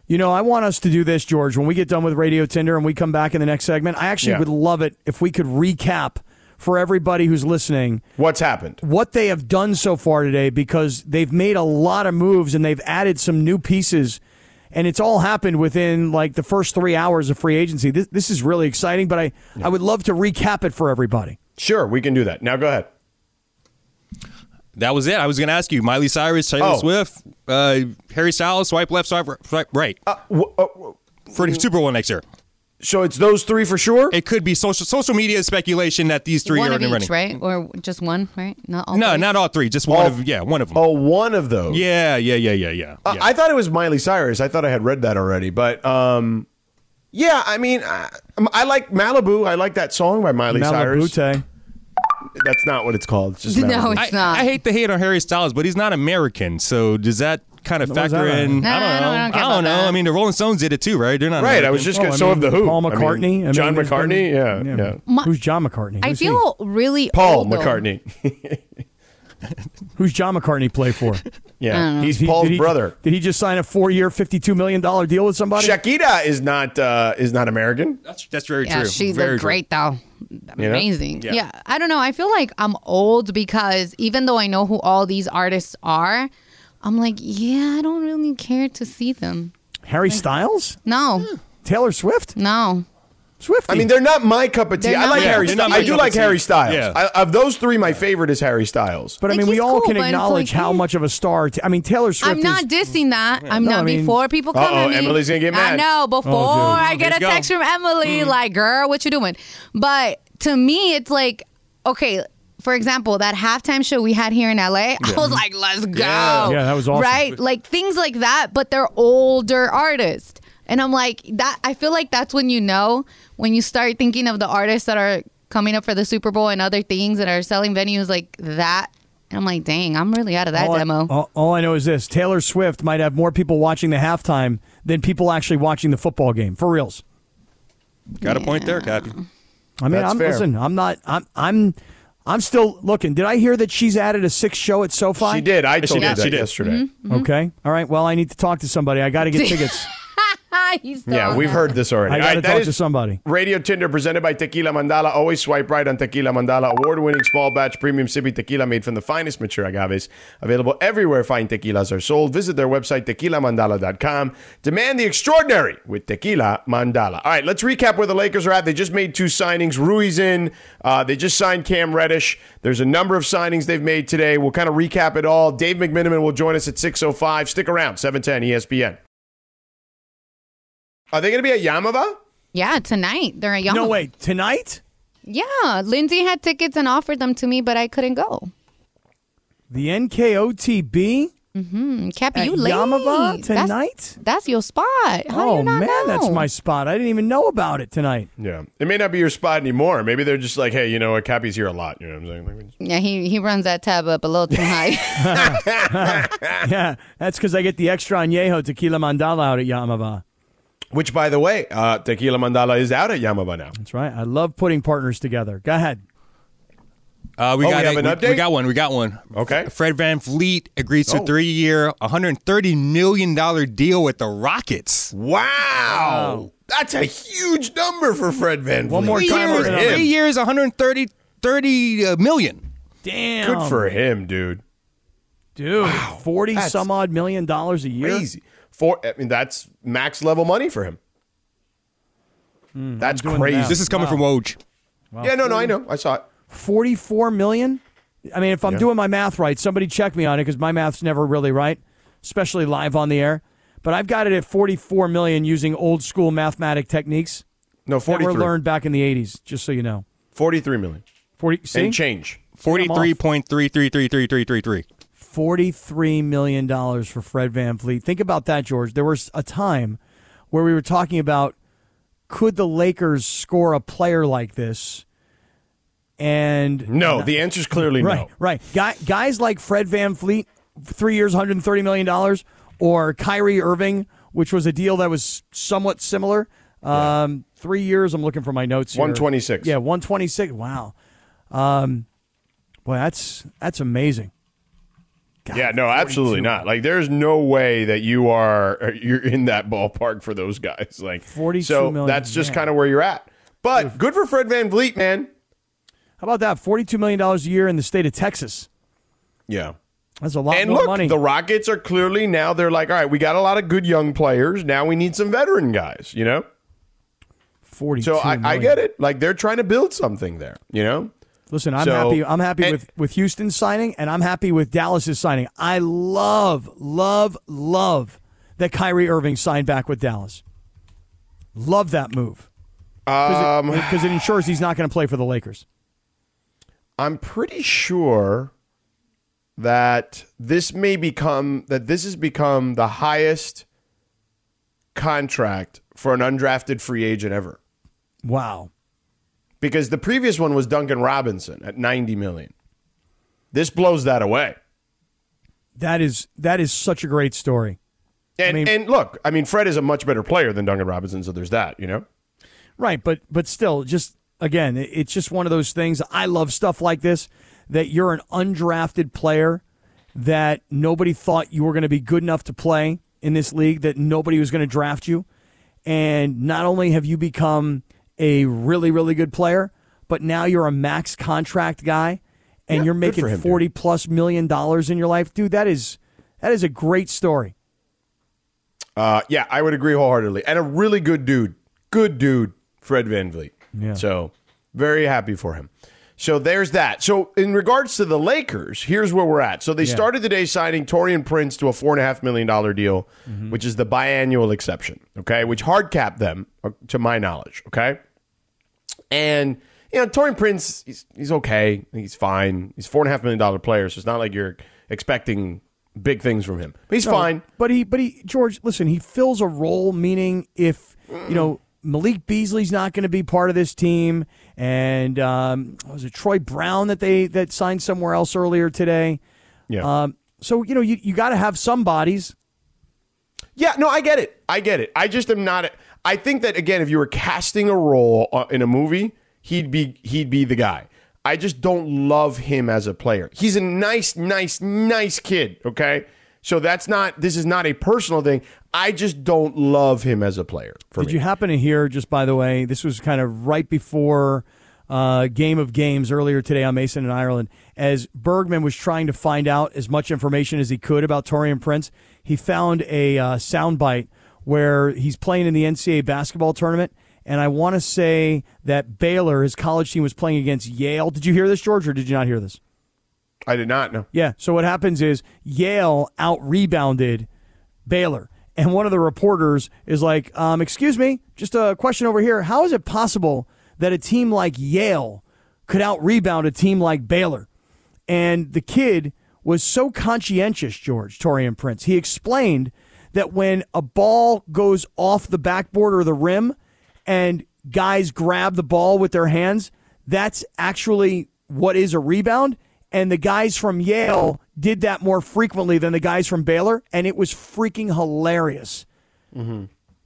[SPEAKER 4] You know, I want us to do this, George. When we get done with Radio Tinder and we come back in the next segment, I actually
[SPEAKER 1] Yeah.
[SPEAKER 4] would love it if we could recap for everybody who's listening
[SPEAKER 1] What's happened?
[SPEAKER 4] what they have done so far today because they've made a lot of moves and they've added some new pieces. And it's all happened within like the first three hours of free agency. This, this is really exciting, but I, I would love to recap it for everybody.
[SPEAKER 1] Sure, we can do that. Now go ahead.
[SPEAKER 2] That was it. I was going to ask you, Miley Cyrus, Taylor
[SPEAKER 1] Oh.
[SPEAKER 2] Swift, uh, Harry Styles, swipe left, swipe r- swipe right
[SPEAKER 1] Wh- oh,
[SPEAKER 2] for the Super Bowl next year.
[SPEAKER 1] So it's those three for sure.
[SPEAKER 2] It could be social social media speculation that these three
[SPEAKER 3] one
[SPEAKER 2] are
[SPEAKER 3] of
[SPEAKER 2] in the
[SPEAKER 3] each,
[SPEAKER 2] running.
[SPEAKER 3] right? Or just one, right? Not all.
[SPEAKER 2] No,
[SPEAKER 3] three?
[SPEAKER 2] not all three. Just one
[SPEAKER 1] All-
[SPEAKER 2] of yeah, one of them.
[SPEAKER 1] Oh, one of those.
[SPEAKER 2] Yeah, yeah, yeah, yeah, yeah.
[SPEAKER 1] Uh,
[SPEAKER 2] yeah.
[SPEAKER 1] I thought it was Miley Cyrus. I thought I had read that already, but um, yeah. I mean, I, um, I like Malibu. I like that song by Miley Cyrus.
[SPEAKER 4] Malabute.
[SPEAKER 1] That's not what it's called. It's just
[SPEAKER 3] No,
[SPEAKER 1] Malibu.
[SPEAKER 3] it's
[SPEAKER 2] I,
[SPEAKER 3] not.
[SPEAKER 2] I hate to hate on Harry Styles, but he's not American. So does that kind of
[SPEAKER 4] does
[SPEAKER 2] factor
[SPEAKER 4] that
[SPEAKER 2] in?
[SPEAKER 4] matter?
[SPEAKER 3] Nah, I
[SPEAKER 2] I don't
[SPEAKER 3] don't-
[SPEAKER 2] know.
[SPEAKER 3] I don't care about
[SPEAKER 2] know.
[SPEAKER 3] that.
[SPEAKER 2] I mean, the Rolling Stones did it too, right? They're not
[SPEAKER 1] right. I
[SPEAKER 2] American.
[SPEAKER 1] was just
[SPEAKER 4] Oh,
[SPEAKER 1] gonna
[SPEAKER 4] I
[SPEAKER 1] so
[SPEAKER 4] mean,
[SPEAKER 1] of the who
[SPEAKER 4] Paul
[SPEAKER 1] I mean,
[SPEAKER 4] McCartney. I mean,
[SPEAKER 1] John
[SPEAKER 4] there's been-
[SPEAKER 1] McCartney. Yeah, yeah,
[SPEAKER 3] My-
[SPEAKER 4] Who's John McCartney?
[SPEAKER 3] I
[SPEAKER 4] Who's he?
[SPEAKER 3] feel really
[SPEAKER 1] Paul
[SPEAKER 3] old, though.
[SPEAKER 1] McCartney.
[SPEAKER 4] Who's John McCartney play for?
[SPEAKER 1] yeah, he's
[SPEAKER 4] He-
[SPEAKER 1] Paul's
[SPEAKER 4] did he-
[SPEAKER 1] brother.
[SPEAKER 4] Did he just sign a four-year, fifty-two million dollar deal with somebody?
[SPEAKER 1] Shakira is not uh, is not American.
[SPEAKER 2] That's, that's very
[SPEAKER 3] Yeah,
[SPEAKER 2] true.
[SPEAKER 3] she
[SPEAKER 2] very
[SPEAKER 3] looked
[SPEAKER 2] true.
[SPEAKER 3] great though.
[SPEAKER 1] know?
[SPEAKER 3] Amazing. Yeah. I don't know. I feel like I'm old because even though I know who all these artists are, I'm like, yeah, I don't really care to see them.
[SPEAKER 4] Harry Styles,
[SPEAKER 3] No,
[SPEAKER 2] Hmm.
[SPEAKER 4] Taylor Swift,
[SPEAKER 3] no.
[SPEAKER 4] Swifty.
[SPEAKER 1] I mean, they're not my cup of tea.
[SPEAKER 3] They're
[SPEAKER 1] I
[SPEAKER 3] not
[SPEAKER 1] like
[SPEAKER 3] my
[SPEAKER 1] Harry.
[SPEAKER 3] cup of
[SPEAKER 1] Styles.
[SPEAKER 3] tea.
[SPEAKER 1] I do like Harry Styles.
[SPEAKER 2] Yeah.
[SPEAKER 1] I, of those three, my favorite is Harry Styles.
[SPEAKER 4] but I
[SPEAKER 3] Like,
[SPEAKER 4] mean, we
[SPEAKER 3] he's
[SPEAKER 4] all
[SPEAKER 3] cool,
[SPEAKER 4] can
[SPEAKER 3] but it's
[SPEAKER 4] acknowledge
[SPEAKER 3] like,
[SPEAKER 4] how
[SPEAKER 3] eh.
[SPEAKER 4] much of a star. T- I mean, Taylor Swift.
[SPEAKER 3] I'm not
[SPEAKER 4] is,
[SPEAKER 3] dissing that. I'm
[SPEAKER 4] No,
[SPEAKER 3] not
[SPEAKER 4] I mean-
[SPEAKER 3] before people come
[SPEAKER 1] Uh-oh,
[SPEAKER 3] at me.
[SPEAKER 1] Emily's gonna get mad.
[SPEAKER 3] I know. Before I get a
[SPEAKER 2] Let's go.
[SPEAKER 3] text from Emily, like, girl, what you doing? But to me, it's like, okay. For example, that halftime show we had here in LA, I was like, let's go.
[SPEAKER 2] Yeah.
[SPEAKER 4] Yeah, that was awesome.
[SPEAKER 3] Right? Like things like that, but they're older artists. And I'm like, that I feel like that's when you know when you start thinking of the artists that are coming up for the Super Bowl and other things that are selling venues like that. And I'm like, dang, I'm really out of that
[SPEAKER 4] all
[SPEAKER 3] demo.
[SPEAKER 4] Oh, I, all, all I know is this: Taylor Swift might have more people watching the halftime than people actually watching the football game for reals.
[SPEAKER 2] Got a point there, Uh, Cappy.
[SPEAKER 4] I mean,
[SPEAKER 1] That's
[SPEAKER 4] I'm
[SPEAKER 1] fair.
[SPEAKER 4] listen. I'm not. I'm. I'm. I'm still looking. Did I hear that she's added a sixth show at SoFi?
[SPEAKER 1] she did. I told
[SPEAKER 2] did.
[SPEAKER 1] you that
[SPEAKER 2] She did.
[SPEAKER 1] yesterday.
[SPEAKER 3] Mm-hmm.
[SPEAKER 4] Okay. All right. Well, I need to talk to somebody. I got to get tickets.
[SPEAKER 3] He's still
[SPEAKER 1] Yeah,
[SPEAKER 3] on
[SPEAKER 1] we've
[SPEAKER 3] that.
[SPEAKER 1] heard this already.
[SPEAKER 4] I
[SPEAKER 1] All
[SPEAKER 4] got to
[SPEAKER 1] right, that
[SPEAKER 4] talk
[SPEAKER 1] is-
[SPEAKER 4] to somebody.
[SPEAKER 1] Radio Tinder presented by Tequila Mandala. Always swipe right on Tequila Mandala. Award winning small batch premium sippy tequila made from the finest mature agaves. Available everywhere fine tequilas are sold. Visit their website, tequilamandala.com. Demand the extraordinary with Tequila Mandala. All right, let's recap where the Lakers are at. They just made two signings. Rui's in. Uh, they just signed Cam Reddish. There's a number of signings they've made today. We'll kind of recap it all. Dave McMiniman will join us at 6.05. Stick around, E 710 ESPN. Are they going to be at Yamava?
[SPEAKER 3] Yeah, tonight. They're at Yama.
[SPEAKER 4] No, wait. Tonight,
[SPEAKER 3] Yeah, Lindsay had tickets and offered them to me, but I couldn't go.
[SPEAKER 4] the NKOTB
[SPEAKER 3] Mm, Cappy,
[SPEAKER 4] at
[SPEAKER 3] you late.
[SPEAKER 4] Yamava
[SPEAKER 3] That's-
[SPEAKER 4] tonight.
[SPEAKER 3] That's your spot. How do
[SPEAKER 4] oh
[SPEAKER 3] you not
[SPEAKER 4] man,
[SPEAKER 3] know?
[SPEAKER 4] that's my spot. I didn't even know about it tonight.
[SPEAKER 1] Yeah. It may not be your spot anymore. Maybe they're just like, hey, you know what? Cappy's here a lot. You know what I'm saying? Like, we just-
[SPEAKER 3] Yeah, he he runs that tab up a little too high.
[SPEAKER 4] yeah, that's because I get the extra añejo tequila mandala out at Yamava.
[SPEAKER 1] Which, by the way, uh, Tequila Mandala is out at Yamaba now.
[SPEAKER 4] That's right. I love putting partners together. Go ahead.
[SPEAKER 2] Uh, we
[SPEAKER 1] Oh, we
[SPEAKER 2] got
[SPEAKER 1] have
[SPEAKER 2] it.
[SPEAKER 1] an
[SPEAKER 2] We,
[SPEAKER 1] update?
[SPEAKER 2] got one. We got one.
[SPEAKER 1] Okay.
[SPEAKER 2] Fred Van Fleet agrees to
[SPEAKER 1] Oh.
[SPEAKER 2] three year, $130 million deal with the Rockets.
[SPEAKER 1] Wow. That's a huge number for Fred Van Vliet.
[SPEAKER 4] One more
[SPEAKER 2] Three
[SPEAKER 4] time
[SPEAKER 2] years,
[SPEAKER 4] for him.
[SPEAKER 2] three years 130 30 uh, million.
[SPEAKER 4] Damn.
[SPEAKER 1] Good for him, dude.
[SPEAKER 4] dude. Forty some odd million dollars a year.
[SPEAKER 1] Crazy. for I mean that's max level money for him. that's
[SPEAKER 4] Hmm, doing the
[SPEAKER 1] crazy.
[SPEAKER 4] math.
[SPEAKER 2] This is coming from Woj.
[SPEAKER 1] yeah, no, no, I know. I saw it.
[SPEAKER 4] 44 million? I mean, if I'm doing my math right, somebody check me on it because my math's never really right, especially live on the air. But I've got it at 44 million using old school mathematic techniques
[SPEAKER 1] No,
[SPEAKER 4] that were
[SPEAKER 1] 43.
[SPEAKER 4] learned back in the 80s, just so you know.
[SPEAKER 1] 43 million
[SPEAKER 4] 40, see?
[SPEAKER 1] and change.
[SPEAKER 2] Forty-three point three three three three three three three.
[SPEAKER 4] $43 million for Fred Van Fleet. Think about that, George. There was a time where we were talking about could the Lakers score a player like this? And
[SPEAKER 1] No, the answer's clearly
[SPEAKER 4] Right,
[SPEAKER 1] no.
[SPEAKER 4] right. Guy, guys like Fred Van Fleet, three years, $130 million, or Kyrie Irving, which was a deal that was somewhat similar. Um, Three years, I'm looking for my notes here.
[SPEAKER 1] 126.
[SPEAKER 4] Yeah, 126. Wow. Um, boy, that's that's amazing.
[SPEAKER 1] Yeah, no, absolutely not. Like, there's no way that you are you're in that ballpark for those guys. Like,
[SPEAKER 4] 42
[SPEAKER 1] so
[SPEAKER 4] million,
[SPEAKER 1] that's just
[SPEAKER 4] man.
[SPEAKER 1] kind of where you're at. But good for Fred Van Vliet, man.
[SPEAKER 4] How about that? $42 million a year in the state of Texas.
[SPEAKER 1] Yeah.
[SPEAKER 4] That's a lot
[SPEAKER 1] And
[SPEAKER 4] more
[SPEAKER 1] look,
[SPEAKER 4] money.
[SPEAKER 1] the Rockets are clearly now they're like, all right, we got a lot of good young players. Now we need some veteran guys, you know?
[SPEAKER 4] 42
[SPEAKER 1] So I, I
[SPEAKER 4] million.
[SPEAKER 1] get it. Like they're trying to build something there, you know?
[SPEAKER 4] Listen, I'm
[SPEAKER 1] So-
[SPEAKER 4] happy. I'm happy
[SPEAKER 1] and-
[SPEAKER 4] with with Houston's signing, and I'm happy with Dallas's signing. I love, love, love that Kyrie Irving signed back with Dallas. Love that move because
[SPEAKER 1] Um,
[SPEAKER 4] it, 'cause it ensures he's not going to play for the Lakers.
[SPEAKER 1] I'm pretty sure that this may become that this has become the highest contract for an undrafted free agent ever.
[SPEAKER 4] Wow,
[SPEAKER 1] Because the previous one was Duncan Robinson at 90 million. This blows that away.
[SPEAKER 4] that is that is such a great story.
[SPEAKER 1] And
[SPEAKER 4] mean-
[SPEAKER 1] and look, I mean Fred is a much better player than Duncan Robinson, so there's that, you know?
[SPEAKER 4] Right, but but still, just again, it- it's just one of those things. I love stuff like this that you're an undrafted player that nobody thought you were going to be good enough to play in this league, that nobody was going to draft you, and not only have you become a really really good player, but now you're a max contract guy, and you're making
[SPEAKER 1] for him, dude.
[SPEAKER 4] forty plus million dollars in your life, dude. That is that is a great story.
[SPEAKER 1] Uh, yeah, I would agree wholeheartedly. And a really good dude. Good dude, Fred Van Vliet.
[SPEAKER 4] Yeah.
[SPEAKER 1] So very happy for him. So there's that. So in regards to the Lakers, here's where we're at. So they started the day signing Torian Prince to a four and a half million dollar deal, which is the biannual exception. Okay, which hard capped them, uh, to my knowledge. Okay, and you know, Torian Prince, he's, he's okay. He's fine. He's a four and a half million dollar player, so it's not like you're expecting big things from him. But he's fine.
[SPEAKER 4] But he, but he, George, listen, he fills a role. Meaning, if you know Malik Beasley's not going to be part of this team, and um, what was it Troy Brown that they that signed somewhere else earlier today?
[SPEAKER 1] Yeah.
[SPEAKER 4] Um, so you know, you you got to have some bodies.
[SPEAKER 1] Yeah, no, I get it. I get it. I just am not. I think that again, if you were casting a role uh, in a movie, he'd be he'd be the guy. I just don't love him as a player. He's a nice, nice, nice kid. Okay, so that's not. This is not a personal thing. I just don't love him as a player. For
[SPEAKER 4] Did
[SPEAKER 1] me.
[SPEAKER 4] you happen to hear? Just by the way, this was kind of right before. Uh, game of games earlier today on Mason and Ireland, as Bergman was trying to find out as much information as he could about Torian Prince, he found a uh, soundbite where he's playing in the NCAA basketball tournament, and I want to say that Baylor, his college team, was playing against Yale. Did you hear this, George, or did you not hear this?
[SPEAKER 1] I did not know.
[SPEAKER 4] Yeah. So what happens is Yale out rebounded Baylor. And one of the reporters is like, um, Excuse me, just a question over here. How is it possible that a team like Yale could out rebound a team like Baylor? And the kid was so conscientious, George, Torian Prince. He explained that when a ball goes off the backboard or the rim and guys grab the ball with their hands, that's actually what is a rebound. And the guys from Yale did that more frequently than the guys from Baylor, and it was freaking hilarious.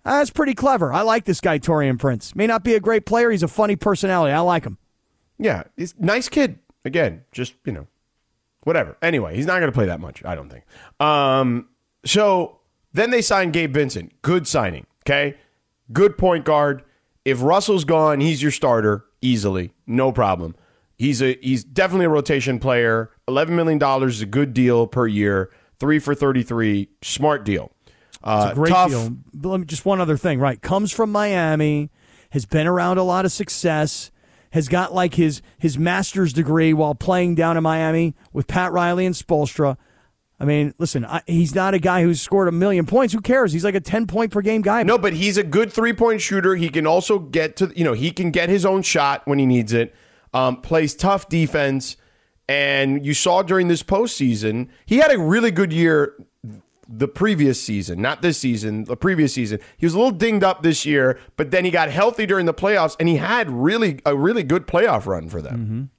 [SPEAKER 4] That's pretty clever. I like this guy, Torian Prince. May not be a great player, he's a funny personality. I like him.
[SPEAKER 1] Yeah, he's a nice kid. Again, just you know, whatever. Anyway, he's not going to play that much, I don't think. Um, so then they signed Gabe Vincent. Good signing. Okay, good point guard. If Russell's gone, he's your starter easily, no problem. He's a he's definitely a rotation player. Eleven million dollars is a good deal per year. Three for thirty three, smart deal. Uh,
[SPEAKER 4] Great
[SPEAKER 1] tough.
[SPEAKER 4] deal. But let me, just one other thing, right? Comes from Miami, has been around a lot of success, has got like his his master's degree while playing down in Miami with Pat Riley and Spolstra. I mean, listen, I, he's not a guy who's scored a million points. Who cares? He's like a ten point per game guy.
[SPEAKER 1] No, but he's a good three point shooter. He can also get to you know he can get his own shot when he needs it. Um, plays tough defense, and you saw during this postseason he had a really good year the previous season, not this season, the previous season. He was a little dinged up this year, but then he got healthy during the playoffs, and he had really a really good playoff run for them.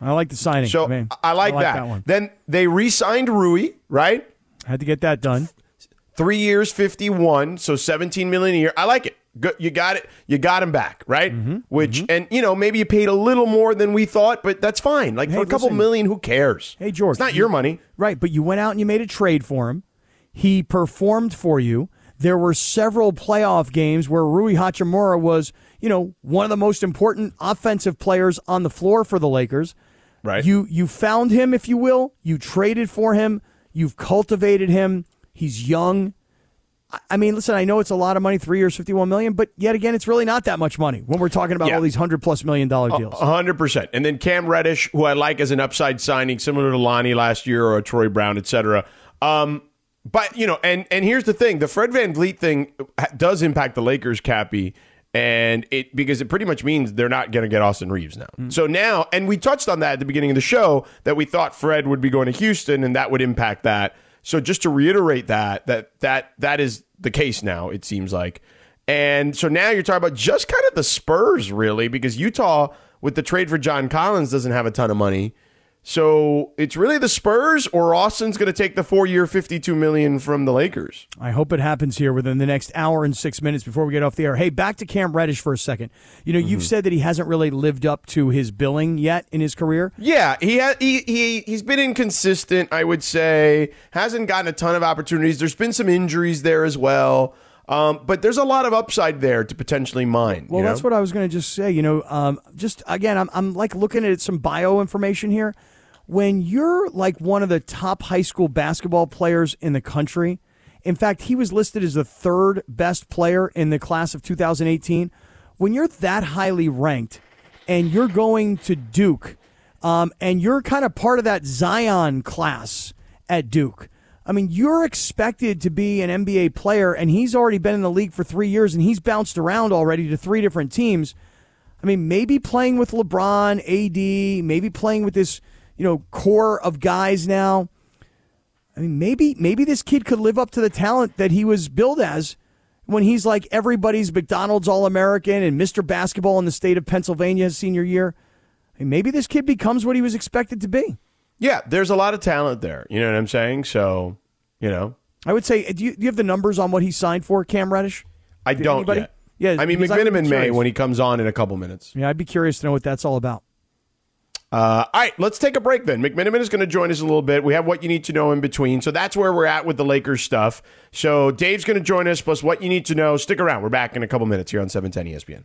[SPEAKER 4] I like the signing.
[SPEAKER 1] So I,
[SPEAKER 4] Mm-hmm. I, mean,
[SPEAKER 1] like that.
[SPEAKER 4] one.
[SPEAKER 1] Then they re-signed Rui, right?
[SPEAKER 4] Had to get that done.
[SPEAKER 1] three years, fifty-one, so seventeen million a year. I like it. Go- You got it. You got him back, right?
[SPEAKER 4] Mm-hmm,
[SPEAKER 1] Which and you know maybe you paid a little more than we thought, but that's fine. Like
[SPEAKER 4] Hey,
[SPEAKER 1] for a couple
[SPEAKER 4] listen.
[SPEAKER 1] million, who cares?
[SPEAKER 4] Hey, George,
[SPEAKER 1] it's not
[SPEAKER 4] you-
[SPEAKER 1] your money.
[SPEAKER 4] Right, but you went out and you made a trade for him. He performed for you. There were several playoff games where Rui Hachimura was, you know, one of the most important offensive players on the floor for the Lakers.
[SPEAKER 1] Right.
[SPEAKER 4] You you found him, if you will. You traded for him. You've cultivated him. He's young. I- I mean, listen, I know it's a lot of money, three years, fifty-one million, but yet again, it's really not that much money when we're talking about
[SPEAKER 1] Yeah. Oh,
[SPEAKER 4] all these hundred plus million dollar deals.
[SPEAKER 1] A hundred percent. And then Cam Reddish, who I like as an upside signing, similar to Lonnie last year or a Troy Brown, etc. Um, but you know, and and here's the thing: the Fred Van Vliet thing ha- does impact the Lakers, Cappy, and it because it pretty much means they're not going to get Austin Reeves now. So now, and we touched on that at the beginning of the show that we thought Fred would be going to Houston, and that would impact that. So just to reiterate that that that that is the case now. It seems like. And so now you're talking about just kind of the Spurs, really, because Utah, with the trade for John Collins, doesn't have a ton of money. So it's really the Spurs, or Austin's going to take the four-year, fifty-two million from the Lakers.
[SPEAKER 4] I hope it happens here within the next hour and six minutes before we get off the air. Hey, back to Cam Reddish for a second. You know, you've said that he hasn't really lived up to his billing yet in his career.
[SPEAKER 1] Yeah, he ha- he he he's been inconsistent. I would say hasn't gotten a ton of opportunities. There's been some injuries there as well, um, but there's a lot of upside there to potentially mine.
[SPEAKER 4] Well, that's what I was going to just say. You know, um, just again, I'm, I'm like looking at some bio information here. When you're like one of the top high school basketball players in the country, in fact, he was listed as the third best player in the class of 2018. When you're that highly ranked and you're going to Duke um, and you're kind of part of that Zion class at Duke, I mean, you're expected to be an NBA player, and he's already been in the league for three years, and he's bounced around already to three different teams. I mean, maybe playing with LeBron, AD, maybe playing with this, you know, core of guys now. I mean, maybe maybe this kid could live up to the talent that he was billed as when he's like everybody's McDonald's All American and Mr. Basketball in the state of Pennsylvania his senior year. I mean, maybe this kid becomes what he was expected to be.
[SPEAKER 1] yeah, there's a lot of talent there. You know what I'm saying? So, you know,
[SPEAKER 4] I would say, do you, do you have the numbers on what he signed for, Cam Reddish?
[SPEAKER 1] I don't
[SPEAKER 4] anybody?
[SPEAKER 1] yet.
[SPEAKER 4] Yeah,
[SPEAKER 1] I mean
[SPEAKER 4] because I would be
[SPEAKER 1] McMiniman may
[SPEAKER 4] curious.
[SPEAKER 1] when he comes on in a couple minutes.
[SPEAKER 4] Yeah, I'd be curious to know what that's all about.
[SPEAKER 1] Uh, all right, let's take a break then. McMiniman is going to join us a little bit. We have what you need to know in between, so that's where we're at with the Lakers stuff. So Dave's going to join us, plus what you need to know. Stick around. We're back in a couple minutes here on E 710 ESPN.